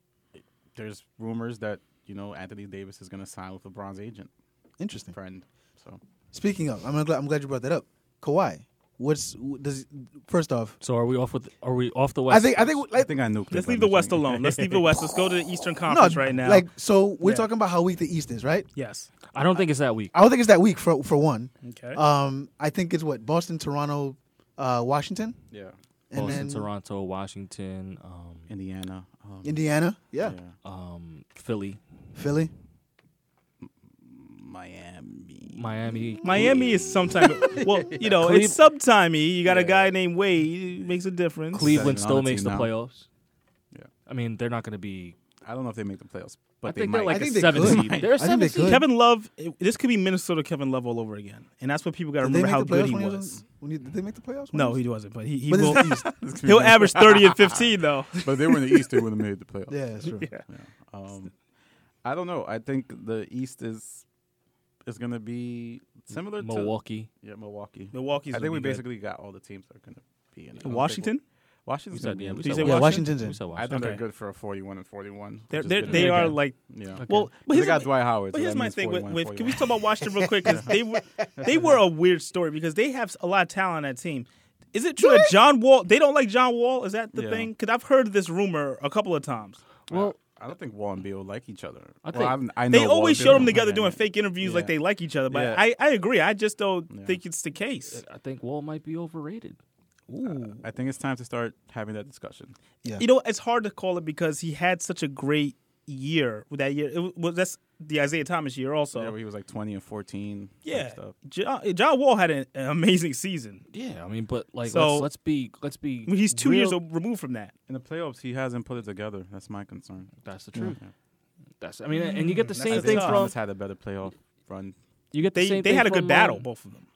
Speaker 6: there's rumors that you know Anthony Davis is gonna sign with LeBron's agent.
Speaker 12: Interesting
Speaker 6: friend. So
Speaker 12: Speaking of, I'm glad, I'm glad you brought that up. Kawhi, what's wh- does? First off,
Speaker 3: So are we off with? Are we off the West?
Speaker 12: think- I think- I think
Speaker 6: I nuked.
Speaker 1: Let's leave the West alone. Let's leave the West. Let's go to the Eastern Conference right now.
Speaker 12: Like, so we're
Speaker 1: Yeah.
Speaker 12: talking about how weak the East is, right?
Speaker 1: Yes.
Speaker 3: I don't think it's that weak.
Speaker 12: I don't think it's that weak for for one.
Speaker 1: Okay.
Speaker 12: Um, I think it's what Boston, Toronto, uh, Washington.
Speaker 6: Yeah.
Speaker 12: And
Speaker 3: Boston,
Speaker 12: then
Speaker 3: Toronto, Washington, um,
Speaker 6: Indiana, um,
Speaker 12: Indiana. Yeah.
Speaker 3: um, Philly,
Speaker 12: Philly.
Speaker 6: Miami.
Speaker 3: Miami.
Speaker 1: Miami is sometime. well, you know,
Speaker 3: Cleve-
Speaker 1: it's sometimey. You got a guy named Wade. It makes a difference.
Speaker 3: Cleveland still makes the
Speaker 6: now.
Speaker 3: playoffs. Yeah, I mean they're not going to be.
Speaker 6: I don't know if they make the playoffs,
Speaker 3: I
Speaker 6: but they
Speaker 3: think
Speaker 6: might.
Speaker 3: they're like
Speaker 12: I
Speaker 3: a
Speaker 12: think they
Speaker 3: seven
Speaker 12: could.
Speaker 3: seed.
Speaker 12: I
Speaker 3: They're a
Speaker 12: think
Speaker 3: seven
Speaker 12: they
Speaker 3: seed.
Speaker 12: could.
Speaker 1: Kevin Love. it- this could be Minnesota Kevin Love all over again, and that's what people got to
Speaker 12: Did they
Speaker 1: remember
Speaker 12: make
Speaker 1: how
Speaker 12: the playoffs
Speaker 1: good he
Speaker 12: when
Speaker 1: was.
Speaker 12: when he- did they make the playoffs? when
Speaker 1: No,
Speaker 12: was-
Speaker 1: he wasn't, but he, he
Speaker 12: But it's
Speaker 1: will.
Speaker 12: the East.
Speaker 6: It's
Speaker 1: He'll
Speaker 6: confusing.
Speaker 1: average thirty and fifteen though.
Speaker 6: but if they were in the East, they would have made the playoffs.
Speaker 12: Yeah, that's true.
Speaker 6: Um, I don't know. I think the East is is going to be similar to
Speaker 3: Milwaukee.
Speaker 6: Yeah, Milwaukee.
Speaker 1: Milwaukee's
Speaker 6: I
Speaker 1: gonna
Speaker 6: think we
Speaker 1: be good.
Speaker 6: basically got all the teams that are going to be in it. I don't
Speaker 1: Washington?
Speaker 6: think we'll- Washington's
Speaker 3: We said-
Speaker 6: gonna be
Speaker 3: yeah,
Speaker 6: in
Speaker 3: we
Speaker 6: it.
Speaker 3: said
Speaker 12: Yeah, Washington. Washington's in.
Speaker 3: We said
Speaker 6: I think
Speaker 3: Washington.
Speaker 6: they're
Speaker 1: Okay.
Speaker 6: good for a forty-one and forty-one.
Speaker 1: They're,
Speaker 6: which is
Speaker 1: they're,
Speaker 6: good.
Speaker 1: they are
Speaker 3: Okay.
Speaker 1: like
Speaker 6: Yeah.
Speaker 1: well,
Speaker 6: But
Speaker 1: but
Speaker 6: they
Speaker 1: here's
Speaker 6: got
Speaker 1: my-
Speaker 6: Dwight Howard,
Speaker 1: But
Speaker 6: so
Speaker 1: here's
Speaker 6: that
Speaker 1: my
Speaker 6: means
Speaker 1: thing with,
Speaker 6: 41,
Speaker 1: with can we
Speaker 6: 41.
Speaker 1: talk about Washington real quick? Because they were they were a weird story because they have a lot of talent on that team. Is it true that John Wall? They don't like John Wall. Is that the
Speaker 6: Yeah.
Speaker 1: thing? Because I've heard this rumor a couple of times.
Speaker 3: Well,
Speaker 6: I don't think Wall and Beal like each other.
Speaker 3: I
Speaker 6: Well,
Speaker 3: think-
Speaker 6: I, I know
Speaker 1: they always
Speaker 6: Wall and
Speaker 1: show
Speaker 6: Beal
Speaker 1: them
Speaker 6: don't
Speaker 1: together
Speaker 6: like
Speaker 1: doing
Speaker 6: that.
Speaker 1: fake interviews like
Speaker 6: Yeah.
Speaker 1: they like each other. But
Speaker 6: Yeah.
Speaker 1: I, I agree. I just don't think it's the case.
Speaker 3: I think Wall might be overrated.
Speaker 1: Ooh.
Speaker 6: I think it's time to start having that discussion.
Speaker 12: Yeah.
Speaker 1: You know, it's hard to call it because he had such a great year with that year. It was, well, that's the Isaiah Thomas year also.
Speaker 6: yeah, where he was like twenty and fourteen. type
Speaker 1: Yeah,
Speaker 6: stuff.
Speaker 1: John, John Wall had an, an amazing season.
Speaker 3: Yeah, I mean, but like,
Speaker 1: So-
Speaker 3: let's, let's be let's be.
Speaker 1: I mean, he's two
Speaker 3: real-
Speaker 1: years o- removed from that.
Speaker 6: In the playoffs, he hasn't put it together. That's my concern.
Speaker 3: That's the truth.
Speaker 6: Yeah.
Speaker 3: That's I mean, and you get the
Speaker 1: Mm,
Speaker 3: same
Speaker 1: that's
Speaker 3: thing
Speaker 1: tough.
Speaker 3: from
Speaker 6: Thomas had a better playoff run.
Speaker 3: you get the
Speaker 1: They
Speaker 3: same
Speaker 1: they
Speaker 3: thing
Speaker 1: had a good
Speaker 3: from,
Speaker 1: battle,
Speaker 3: um,
Speaker 1: both of them.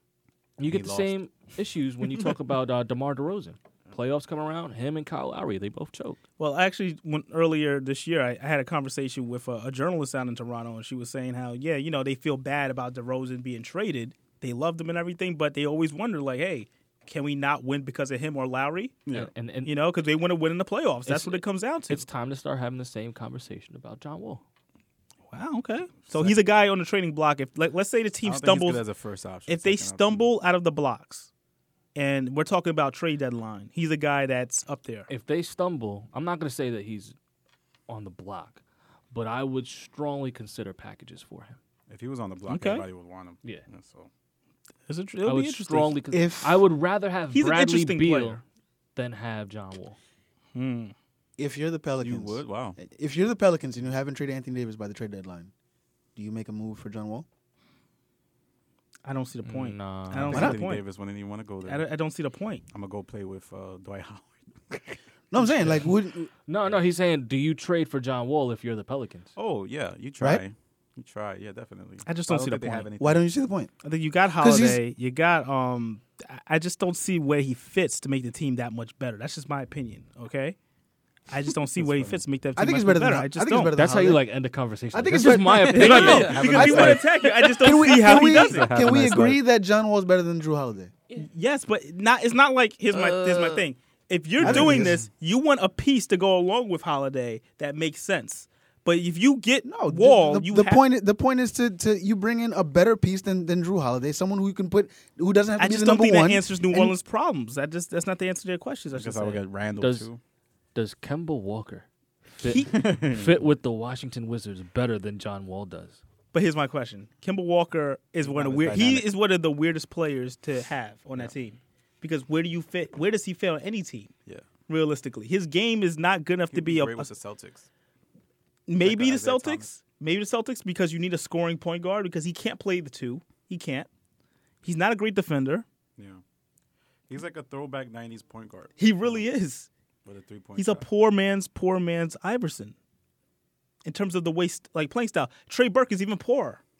Speaker 3: You get
Speaker 6: He
Speaker 3: the
Speaker 6: lost.
Speaker 3: same issues when you talk about uh, DeMar DeRozan. Playoffs come around, him and Kyle Lowry, they both choked.
Speaker 1: Well, actually, when earlier this year, I, I had a conversation with a, a journalist out in Toronto, and she was saying how, yeah, you know, they feel bad about DeRozan being traded. They loved him and everything, but they always wonder, like, hey, can we not win because of him or Lowry?
Speaker 6: Yeah.
Speaker 3: And, and, and
Speaker 1: You know, because they want to win in the playoffs.
Speaker 3: It's-
Speaker 1: That's what it comes down to.
Speaker 3: it's time to start having the same conversation about John Wall.
Speaker 1: Wow. Okay. So he's a guy on the trading block. If like, let's say the
Speaker 6: I
Speaker 1: team
Speaker 6: don't think he's
Speaker 1: stumbles
Speaker 6: good as a first option.
Speaker 1: if they
Speaker 6: second option.
Speaker 1: stumble out of the blocks, and we're talking about trade deadline, he's a guy that's up there.
Speaker 3: If they stumble, I'm not going to say that he's on the block, but I would strongly consider packages for him.
Speaker 6: if he was on the block,
Speaker 1: Okay.
Speaker 6: everybody would want him.
Speaker 3: Yeah.
Speaker 6: so
Speaker 1: It's a,
Speaker 3: I
Speaker 1: it'll
Speaker 3: would
Speaker 1: be interesting.
Speaker 3: strongly consider.
Speaker 12: If-
Speaker 3: I would rather have
Speaker 1: He's an
Speaker 3: Bradley
Speaker 1: interesting
Speaker 3: Beal
Speaker 1: player.
Speaker 3: than have John Wall.
Speaker 12: If you're the Pelicans, eh,
Speaker 6: you would. Wow.
Speaker 12: If you're the Pelicans and you haven't traded Anthony Davis by the trade deadline, do you make a move for John Wall?
Speaker 1: I don't see the point.
Speaker 3: Nah.
Speaker 1: I don't
Speaker 6: Why
Speaker 1: see
Speaker 6: not?
Speaker 1: the point.
Speaker 6: Davis wouldn't even want to go there.
Speaker 1: I don't, I don't see the point.
Speaker 6: I'm gonna go play with uh, Dwight Howard.
Speaker 12: No, I'm saying like would
Speaker 3: No, no, he's saying, do you trade for John Wall if you're the Pelicans?
Speaker 6: Oh yeah, you try.
Speaker 12: Right?
Speaker 6: You try. Yeah, definitely.
Speaker 1: I just don't see the
Speaker 6: think they have
Speaker 1: point.
Speaker 6: anything.
Speaker 12: why don't you see the point?
Speaker 1: I think you got
Speaker 12: 'Cause he's-
Speaker 1: Holiday. You got um. I- I just don't see where he fits to make the team that much better. That's just my opinion. Okay. I just don't see where he fits to make that.
Speaker 12: I
Speaker 1: Team
Speaker 12: think
Speaker 1: much
Speaker 12: it's better than
Speaker 1: better.
Speaker 12: Ho-
Speaker 1: I
Speaker 12: I
Speaker 1: just
Speaker 12: think it's
Speaker 1: don't.
Speaker 12: better than
Speaker 3: That's how you
Speaker 12: Holiday.
Speaker 3: like end the conversation.
Speaker 12: I
Speaker 3: Like,
Speaker 12: think
Speaker 3: this
Speaker 12: it's
Speaker 3: is my
Speaker 12: better-
Speaker 3: opinion.
Speaker 1: No, no,
Speaker 12: Have a
Speaker 1: because
Speaker 12: nice
Speaker 1: people
Speaker 12: night.
Speaker 1: attack you. I just don't
Speaker 12: Can we,
Speaker 1: see how
Speaker 12: can
Speaker 1: he
Speaker 12: we,
Speaker 1: does it.
Speaker 6: Have a
Speaker 12: can we
Speaker 6: nice
Speaker 12: agree that John Wall is better than Drew Holiday?
Speaker 1: Yes, but not. It's not like here's my here's my
Speaker 13: Uh,
Speaker 1: thing. If
Speaker 13: I
Speaker 1: you're
Speaker 13: think
Speaker 1: doing
Speaker 13: it's-
Speaker 1: this, you want a piece to go along with Holiday that makes sense. But if you get Wall,
Speaker 12: the,
Speaker 1: you
Speaker 12: the
Speaker 1: ha-
Speaker 12: point the point is to, to you bring in a better piece than, than Drew Holiday, someone who you can put who doesn't have to
Speaker 1: I
Speaker 12: be
Speaker 1: just
Speaker 12: the
Speaker 1: don't
Speaker 12: number
Speaker 1: think
Speaker 12: one.
Speaker 1: that answers New
Speaker 12: and-
Speaker 1: Orleans' problems. That just that's not the answer to their questions. I, should say.
Speaker 3: does, Does Kemba Walker fit,
Speaker 1: He-
Speaker 3: fit with the Washington Wizards better than John Wall does?
Speaker 1: But here's my question: Kimball Walker is one of
Speaker 3: as
Speaker 1: the weird. He
Speaker 3: dynamic.
Speaker 1: is one of the weirdest players to have on that team, because where do you fit? Where does he fit on any team?
Speaker 6: Yeah.
Speaker 1: realistically, his game is not good enough to be, a,
Speaker 6: Great with the
Speaker 1: a-
Speaker 6: Celtics.
Speaker 1: maybe the Celtics, maybe the Celtics because you need a scoring point guard because he can't play the two. He can't. He's not a great defender.
Speaker 6: Yeah. He's like a throwback '90s point guard.
Speaker 1: He really is.
Speaker 6: With a three-point.
Speaker 1: He's a poor man's poor man's Iverson. In terms of the waste, like playing style, Trey Burke is even poorer.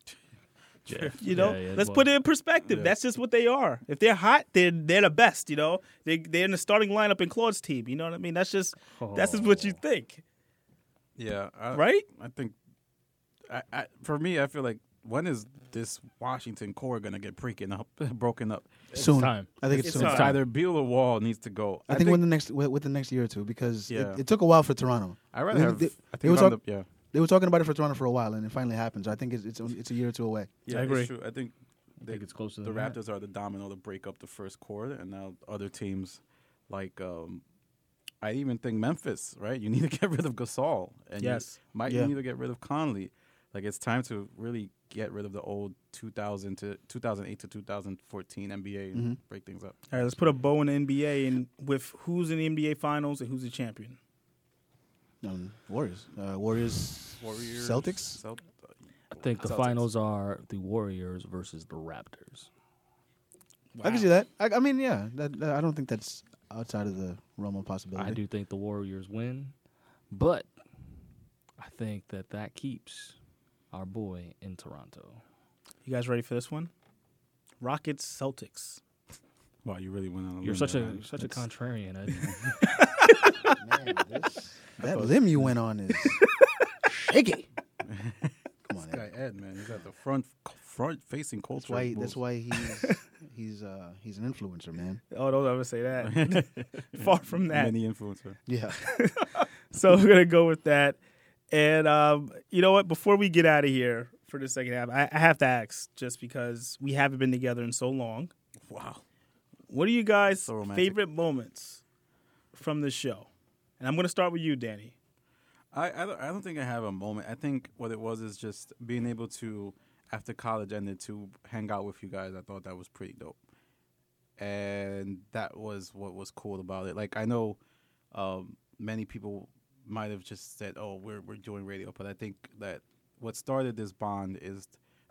Speaker 1: You know, let's put it in perspective.
Speaker 6: Yeah.
Speaker 1: That's just what they are. If they're hot, they're they're the best. You know, they they're in the starting lineup in Claude's team. You know what I mean? That's just that's just what you think.
Speaker 6: Yeah. I,
Speaker 1: Right?
Speaker 6: I think. I, I for me, I feel like when is this Washington core gonna get breaking up? Broken up
Speaker 12: It's Soon. time. I think it's soon. time.
Speaker 6: either Beal or Wall needs to go.
Speaker 12: I, think, within the next wi- within the next year or two because
Speaker 6: Yeah.
Speaker 12: it, it took a while for Toronto.
Speaker 6: I'd rather
Speaker 12: They-
Speaker 6: have-
Speaker 12: they-
Speaker 6: I think
Speaker 12: they were
Speaker 6: if I'm
Speaker 12: talk-
Speaker 6: the- yeah.
Speaker 12: they were talking about it for Toronto for a while, and it finally happened. So I think it's it's, it's a year or two away.
Speaker 6: Yeah, it's true. I think they,
Speaker 3: it's closer
Speaker 6: The
Speaker 3: than that.
Speaker 6: Raptors are the domino to break up the first quarter, and now other teams like um, I even think Memphis. Right, you need to get rid of Gasol, and
Speaker 1: Yes.
Speaker 6: you might
Speaker 1: Yeah.
Speaker 6: you need to get rid of Conley. Like it's time to really get rid of the old 2000 to 2008 to 2014 NBA and
Speaker 1: Mhm.
Speaker 12: Mm-hmm.
Speaker 6: break things up.
Speaker 1: All right, let's put a bow in the NBA and with who's in the NBA Finals and who's the champion.
Speaker 12: Um, Warriors, uh, Warriors,
Speaker 6: Warriors,
Speaker 12: Celtics.
Speaker 6: Celt-
Speaker 3: I think the
Speaker 12: Celtics.
Speaker 3: finals are the Warriors versus the Raptors.
Speaker 12: I can see that. I, I mean, yeah, that, that- I don't think that's outside of the realm of possibility.
Speaker 3: I do think the Warriors win, but I think that that keeps our boy in Toronto.
Speaker 1: You guys ready for this one? Rockets Celtics.
Speaker 6: Wow, you really went on. a
Speaker 3: You're
Speaker 6: limb
Speaker 3: such
Speaker 6: there,
Speaker 3: a
Speaker 6: man.
Speaker 3: such a
Speaker 6: That's-
Speaker 3: contrarian. Ed.
Speaker 12: That limb you went on is shaky.
Speaker 6: This guy Ed, man, he's at the front front facing culture.
Speaker 12: That's why.
Speaker 6: Bulls.
Speaker 12: That's why he's he's uh, he's an influencer, man.
Speaker 1: Oh, don't ever say that. Far from that.
Speaker 6: Many influencer.
Speaker 12: Yeah.
Speaker 1: so we're gonna go with that. And um, you know what? Before we get out of here for the second half, I, I have to ask, just because we haven't been together in so long. Wow. What are you guys'
Speaker 6: romantic.
Speaker 1: favorite moments from the show? And I'm gonna start with you, Danny.
Speaker 6: I I don't, I don't think I have a moment. I think what it was is just being able to, after college ended, to hang out with you guys. I thought that was pretty dope, and that was what was cool about it. Like I know, um, many people might have just said, "Oh, we're we're doing radio," but I think that what started this bond is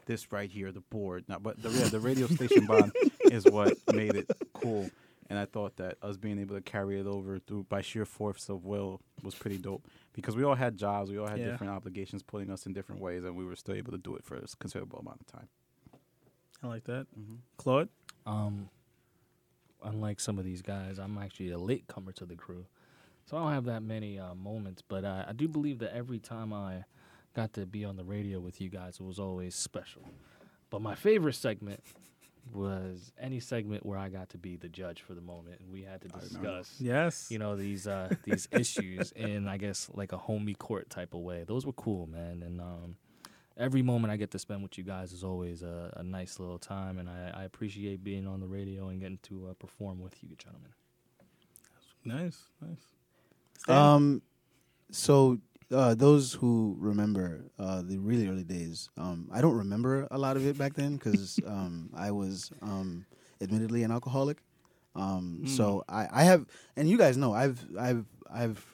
Speaker 6: this right here, the board. Now, but the yeah, the radio station bond is what made it cool. And I thought that us being able to carry it over through by sheer force of will was pretty dope because we all had jobs, we all had
Speaker 1: Yeah.
Speaker 6: different obligations pulling us in different ways, and we were still able to do it for a considerable amount of time.
Speaker 1: I like that. Claude?
Speaker 3: Um, unlike some of these guys, I'm actually a late comer to the crew, so I don't have that many uh, moments. But I, I do believe that every time I got to be on the radio with you guys, it was always special. But my favorite segment was any segment where I got to be the judge for the moment, and we had to discuss,
Speaker 1: Yes.
Speaker 3: you know, these uh, these issues in, I guess, like a homie court type of way. Those were cool, man, and um, every moment I get to spend with you guys is always a, a nice little time, and I, I appreciate being on the radio and getting to uh, perform with you, gentlemen.
Speaker 1: Nice, nice.
Speaker 12: Um, so uh, those who remember uh, the really early days, um, I don't remember a lot of it back then because um, I was um, admittedly an alcoholic. Um, So I, I have, and you guys know I've I've I've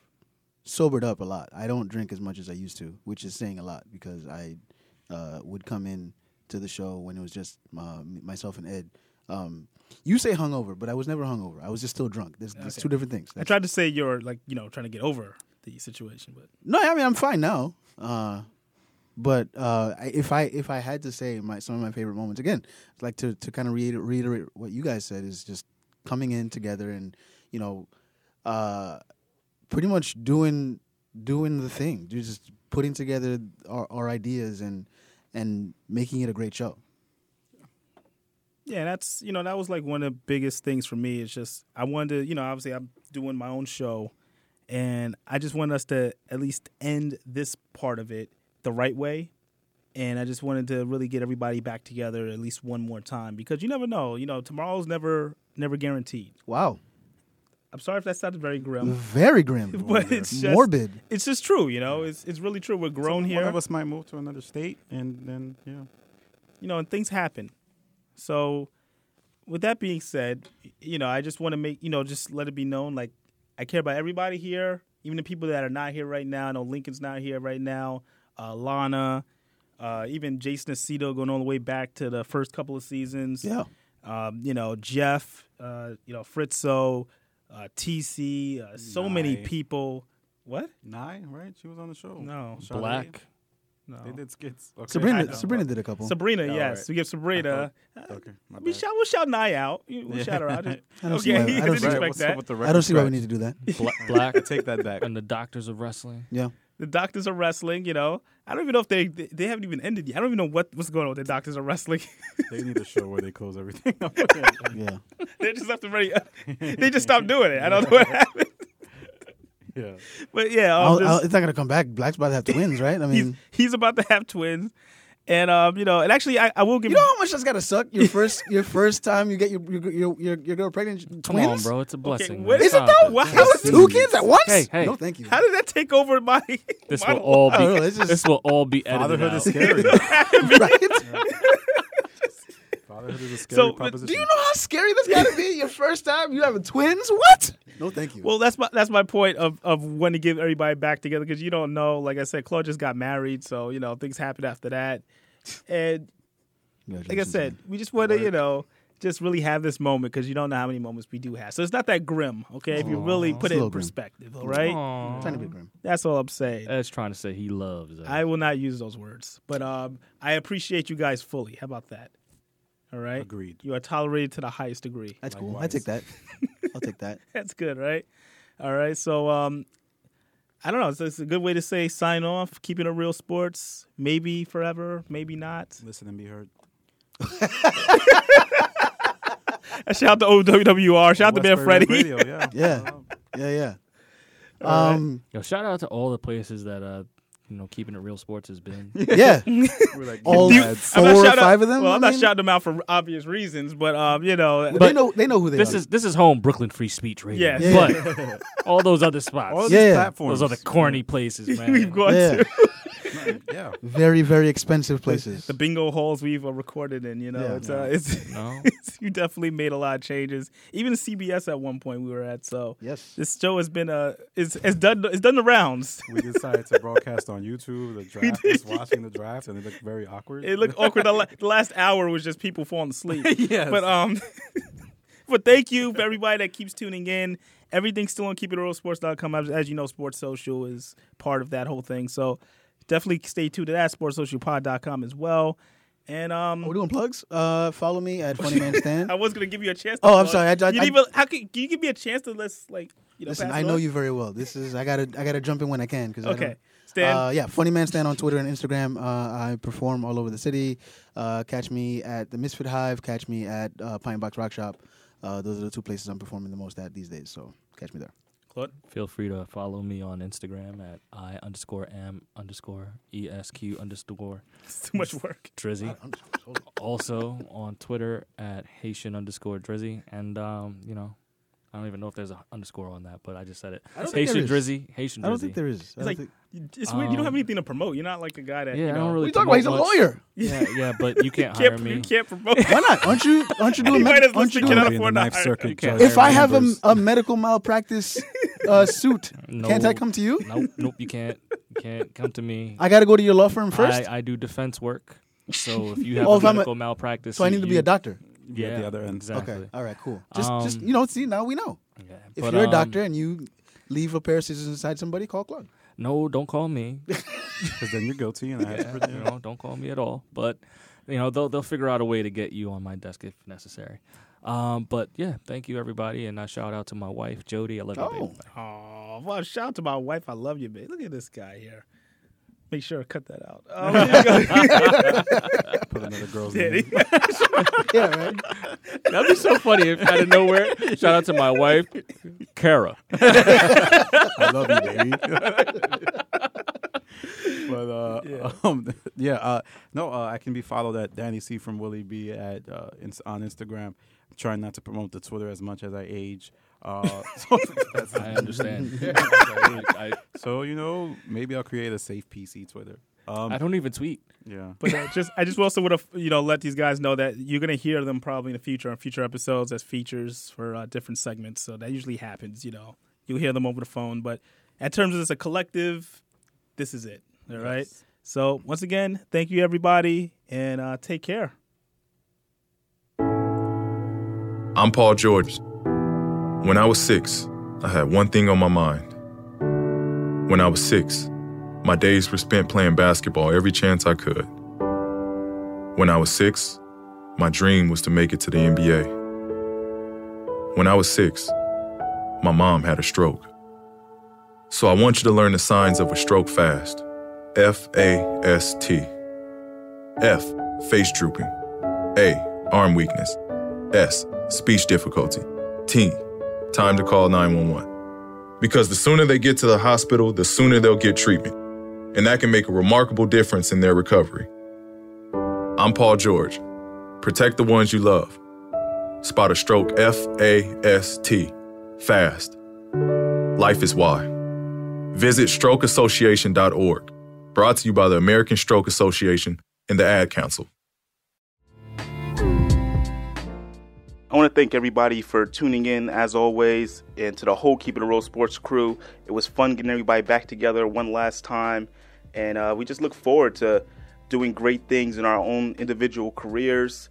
Speaker 12: sobered up a lot. I don't drink as much as I used to, which is saying a lot because I uh, would come in to the show when it was just uh, m- myself and Ed. Um, you say hungover, but I was never hungover. I was just still drunk. There's, there's
Speaker 1: Okay.
Speaker 12: two different things.
Speaker 1: I tried to say you're like, you know, trying to get over the situation, but
Speaker 12: No, I mean I'm fine now. Uh, but uh, I- if I if I had to say my some of my favorite moments again, like to to kind of reiterate, reiterate what you guys said is just coming in together and you know, uh, pretty much doing doing the thing, You're just putting together our, our ideas and and making it a great show.
Speaker 1: Yeah, that's you know that was like one of the biggest things for me. It's just I wanted to you know obviously I'm doing my own show, and I just wanted us to at least end this part of it the right way, and I just wanted to really get everybody back together at least one more time because you never know. You know tomorrow's never never guaranteed.
Speaker 12: Wow.
Speaker 1: I'm sorry if that sounded very grim.
Speaker 12: Very grim.
Speaker 1: but it's just,
Speaker 12: Morbid.
Speaker 1: It's just true. You know, it's it's really true. We're grown
Speaker 6: one
Speaker 1: here.
Speaker 6: of us might move to another state, and then yeah.
Speaker 1: you know, and things happen. So, with that being said, you know, I just want to make you know, just let it be known, like I care about everybody here, even the people that are not here right now. I know Lincoln's not here right now. Uh, Lana, uh, even Jason Aceto going all the way back to the first couple of seasons.
Speaker 12: Yeah.
Speaker 1: Um, you know Jeff, uh, you know Fritzo, uh, TC, uh, so many
Speaker 6: Nye.
Speaker 1: people. What?
Speaker 6: Nye, right? She was on the show.
Speaker 1: No.
Speaker 6: Charlamagne?
Speaker 1: Black. No.
Speaker 6: They did skits. Okay.
Speaker 12: Sabrina-
Speaker 6: I know.
Speaker 12: Sabrina did a couple.
Speaker 1: Sabrina,
Speaker 6: Oh,
Speaker 1: yes.
Speaker 6: right.
Speaker 1: We give Sabrina. uh,
Speaker 6: I thought- okay, my
Speaker 1: we
Speaker 6: bad.
Speaker 1: shout, we'll shout Nye out. We'll
Speaker 6: Yeah.
Speaker 1: shout her out.
Speaker 6: I don't
Speaker 1: okay,
Speaker 6: see why-
Speaker 1: he
Speaker 6: I don't
Speaker 1: didn't
Speaker 6: see why-
Speaker 1: expect
Speaker 6: what's up
Speaker 1: that.
Speaker 6: with the
Speaker 12: I don't see why we need to do that.
Speaker 3: Bla- black.
Speaker 6: Take that back.
Speaker 3: And the doctors of wrestling.
Speaker 12: Yeah.
Speaker 1: The doctors are wrestling, you know. I don't even know if they they, they haven't even ended yet. I don't even know what, what's going on with the doctors are wrestling.
Speaker 6: They need a show where they close everything up.
Speaker 12: yeah.
Speaker 1: they just left the very they just stopped doing it. I don't know what happened.
Speaker 6: Yeah.
Speaker 1: But yeah, um,
Speaker 12: I'll-
Speaker 1: just-
Speaker 12: I'll- it's not gonna come back. Black's about to have twins, right? I mean,
Speaker 1: he's about to have twins. And um, you know, and actually I, I will give
Speaker 12: you know how much that's gotta suck. Your first, your first time you get your your your, your, your girl pregnant.
Speaker 3: Come
Speaker 12: Twins?
Speaker 3: on, bro. It's a blessing. man.
Speaker 1: what-
Speaker 12: Is it
Speaker 3: Stop
Speaker 12: though? Wow,
Speaker 3: Yes.
Speaker 12: two kids at once?
Speaker 3: Hey, hey.
Speaker 12: No, thank you.
Speaker 1: How did that take over my?
Speaker 3: This
Speaker 1: my
Speaker 3: will all
Speaker 1: life?
Speaker 12: know,
Speaker 3: be.
Speaker 12: it's just-
Speaker 3: This will all be edited
Speaker 6: Fatherhood
Speaker 3: out.
Speaker 6: is scary. Fatherhood is a scary
Speaker 1: So, but
Speaker 6: proposition.
Speaker 12: Do you know how scary that's gotta be? Your first time you having twins? What? No, thank you.
Speaker 1: Well, that's my that's my point of of when to give everybody back together because you don't know. Like I said, Claude just got married, so you know things happened after that. And like I said, we just want to you know just really have this moment because you don't know how many moments we do have. So it's not that grim, okay? If you really
Speaker 12: Aw.
Speaker 1: put
Speaker 12: It's a
Speaker 1: it in
Speaker 12: little grim.
Speaker 1: perspective, all right?
Speaker 3: Aw.
Speaker 12: trying to be grim.
Speaker 1: That's all I'm saying.
Speaker 3: Ed's trying to say he loves. us.
Speaker 1: I will not use those words, but um, I appreciate you guys fully. How about that? All right.
Speaker 6: Agreed.
Speaker 1: You are tolerated to the highest degree.
Speaker 12: That's cool. I take that. I'll take that.
Speaker 1: That's good, right? All right. So um I don't know. It's, it's a good way to say sign off, keeping it real sports, maybe forever, maybe not.
Speaker 6: Listen and be heard.
Speaker 1: Shout out to OWWR. Shout out to Bear
Speaker 6: Westbury Web
Speaker 1: Freddy.
Speaker 6: Radio, yeah.
Speaker 12: Yeah, yeah, yeah.
Speaker 1: All right.
Speaker 12: Um,
Speaker 3: Yo, shout out to all the places that uh, you know, keeping it real sports has been.
Speaker 12: yeah.
Speaker 6: We're like,
Speaker 12: All
Speaker 1: You-
Speaker 12: four
Speaker 1: I'm not
Speaker 12: or
Speaker 1: shout out-
Speaker 12: five of them.
Speaker 1: Well,
Speaker 12: I
Speaker 1: I'm not
Speaker 12: mean?
Speaker 1: shouting them out for obvious reasons, but um, you know,
Speaker 12: Well,
Speaker 1: but
Speaker 12: they know. They know who they
Speaker 3: This
Speaker 12: are.
Speaker 3: is this is home Brooklyn Free Speech Radio.
Speaker 1: Yes.
Speaker 3: But all those other spots,
Speaker 6: all these
Speaker 12: Yeah. Those
Speaker 6: platforms.
Speaker 3: those other corny places, man.
Speaker 1: we've gone
Speaker 12: yeah.
Speaker 1: to
Speaker 6: Yeah.
Speaker 12: Very, very expensive places.
Speaker 1: the bingo halls we've uh, recorded in. You know,
Speaker 12: Yeah.
Speaker 1: it's uh, it's,
Speaker 3: No.
Speaker 1: it's you definitely made a lot of changes. Even CBS at one point we were at. So
Speaker 12: Yes.
Speaker 1: this show has been uh, it's, it's done it's done the rounds.
Speaker 6: We decided to broadcast on YouTube the draft. Just watching the draft, and it looked very awkward.
Speaker 1: It looked awkward. The, la- the last hour was just people falling asleep.
Speaker 6: Yes.
Speaker 1: But um, but thank you for everybody that keeps tuning in. Everything's still on keepitrealsports.com. As, as you know, Sports Social is part of that whole thing. So definitely stay tuned to that sportssocialpod.com as well. And
Speaker 12: Are we
Speaker 1: um,
Speaker 12: doing plugs? Uh, follow me at Funny Man Stan.
Speaker 1: I was gonna give you a chance. To
Speaker 12: Oh, I'm
Speaker 1: plug.
Speaker 12: sorry. I- I-
Speaker 1: you didn't
Speaker 12: I-
Speaker 1: even, how could, can you give me a chance to let's like you know?
Speaker 12: Listen,
Speaker 1: pass
Speaker 12: I
Speaker 1: it
Speaker 12: know
Speaker 1: on?
Speaker 12: you very well. This is I gotta I gotta jump in when I can because I
Speaker 1: Okay,
Speaker 12: don't-
Speaker 1: Stan.
Speaker 12: Uh, yeah, Funny Man Stan on Twitter and Instagram. Uh, I perform all over the city. Uh, catch me at the Misfit Hive. Catch me at uh, Pine Box Rock Shop. Uh, those are the two places I'm performing the most at these days. So catch me there.
Speaker 1: Claude.
Speaker 3: Feel free to follow me on Instagram at i underscore am underscore esq underscore
Speaker 1: It's too much work.
Speaker 3: drizzy. Also on Twitter at Haitian underscore drizzy, and um, you know, I don't even know if there's an underscore on that, but I just said it.
Speaker 12: I don't think
Speaker 3: Haitian
Speaker 12: there is.
Speaker 3: drizzy, Haitian
Speaker 12: I don't
Speaker 3: Drizzy.
Speaker 12: think there is. I
Speaker 1: It's
Speaker 12: don't
Speaker 1: like
Speaker 12: think-
Speaker 1: it's weird. You don't have
Speaker 3: Um,
Speaker 1: anything to promote. You're not like a guy that
Speaker 3: Yeah,
Speaker 1: you
Speaker 3: I
Speaker 1: know,
Speaker 3: don't really.
Speaker 12: What are you talking about?
Speaker 3: promote
Speaker 12: He's a
Speaker 3: much. Yeah, yeah, but you can't hire
Speaker 1: can't,
Speaker 3: me.
Speaker 1: you can't promote.
Speaker 12: why not? Aren't you aren't you doing?
Speaker 1: Anybody
Speaker 12: med-
Speaker 1: that's
Speaker 12: aren't you
Speaker 1: listening
Speaker 12: doing
Speaker 1: cannot
Speaker 6: Be in the
Speaker 1: afford to
Speaker 6: Ninth
Speaker 1: hire-
Speaker 6: Circuit.
Speaker 3: can't.
Speaker 6: judge
Speaker 12: if I have a,
Speaker 6: members.
Speaker 12: a
Speaker 3: um,
Speaker 12: medical malpractice uh, suit,
Speaker 3: No.
Speaker 12: can't I come to you?
Speaker 3: Nope, nope. You can't. You can't come to me.
Speaker 12: I got to go to your law firm first.
Speaker 3: I, I do defense work. So if you have
Speaker 12: Oh,
Speaker 3: a
Speaker 12: if I'm a-
Speaker 3: medical malpractice,
Speaker 12: so I
Speaker 3: you-
Speaker 12: need to be
Speaker 3: you-
Speaker 12: a doctor.
Speaker 6: Be at
Speaker 3: Yeah,
Speaker 6: the other end.
Speaker 3: Exactly.
Speaker 12: Okay. All right. Cool. Just just
Speaker 3: Um,
Speaker 12: Mm-hmm. you know, see now we know.
Speaker 3: Yeah,
Speaker 12: If
Speaker 3: but,
Speaker 12: you're a
Speaker 3: um,
Speaker 12: doctor and you leave a pair of scissors inside somebody, call Claude.
Speaker 3: no, don't call me.
Speaker 6: Because then you're guilty, and I have to.
Speaker 3: you know, don't call me at all. But you know, they'll they'll figure out a way to get you on my desk if necessary. Um, but yeah, thank you everybody, and I shout out to my wife Jody. I love you,
Speaker 12: Oh.
Speaker 3: baby.
Speaker 1: Oh, well, shout out to my wife. I love you, babe. Look at this guy here. Make sure to cut that out. Oh, Um,
Speaker 8: Put another girl's
Speaker 1: Daddy.
Speaker 8: name.
Speaker 1: yeah, right.
Speaker 3: That'd be so funny if out of nowhere. Shout out to my wife, Kara.
Speaker 8: I love you, baby. but uh, yeah, um, yeah uh, no, uh, I can be followed at Danny C from Willie B at uh, ins- on Instagram. I'm trying not to promote the Twitter as much as I age. Uh, so
Speaker 3: I understand. I-
Speaker 8: so you know, maybe I'll create a safe PC Twitter. Um,
Speaker 3: I don't even tweet.
Speaker 8: Yeah,
Speaker 1: But uh, just I just also would have you know let these guys know that you're gonna hear them probably in the future on future episodes as features for uh, different segments. So that usually happens. You know, you'll hear them over the phone. But in terms of this a collective, this is it. All right. So once again, thank you everybody, and uh, take care.
Speaker 6: I'm Paul George. When I was six, I had one thing on my mind. When I was six, my days were spent playing basketball every chance I could. When I was six, my dream was to make it to the NBA. When I was six, my mom had a stroke. So I want you to learn the signs of a stroke fast F A S T. F, face drooping. A, arm weakness. S, speech difficulty. T, time to call 911. Because the sooner they get to the hospital, the sooner they'll get treatment. And that can make a remarkable difference in their recovery. I'm Paul George. Protect the ones you love. Spot a stroke F A S T. Fast. Life is why. Visit strokeassociation.org. Brought to you by the American Stroke Association and the Ad Council.
Speaker 9: I want to thank everybody for tuning in as always and to the whole Keep It A Real Sports crew. It was fun getting everybody back together one last time. And uh, we just look forward to doing great things in our own individual careers.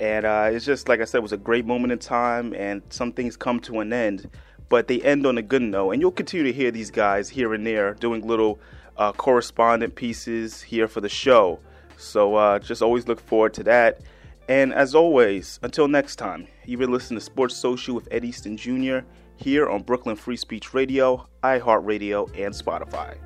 Speaker 9: And uh, it's just, like I said, it was a great moment in time and some things come to an end, but they end on a good note. And you'll continue to hear these guys here and there doing little uh, correspondent pieces here for the show. So uh, just always look forward to that. And as always, until next time, you've been listening to Sports Social with Ed Easton Jr. here on Brooklyn Free Speech Radio, iHeartRadio, and Spotify.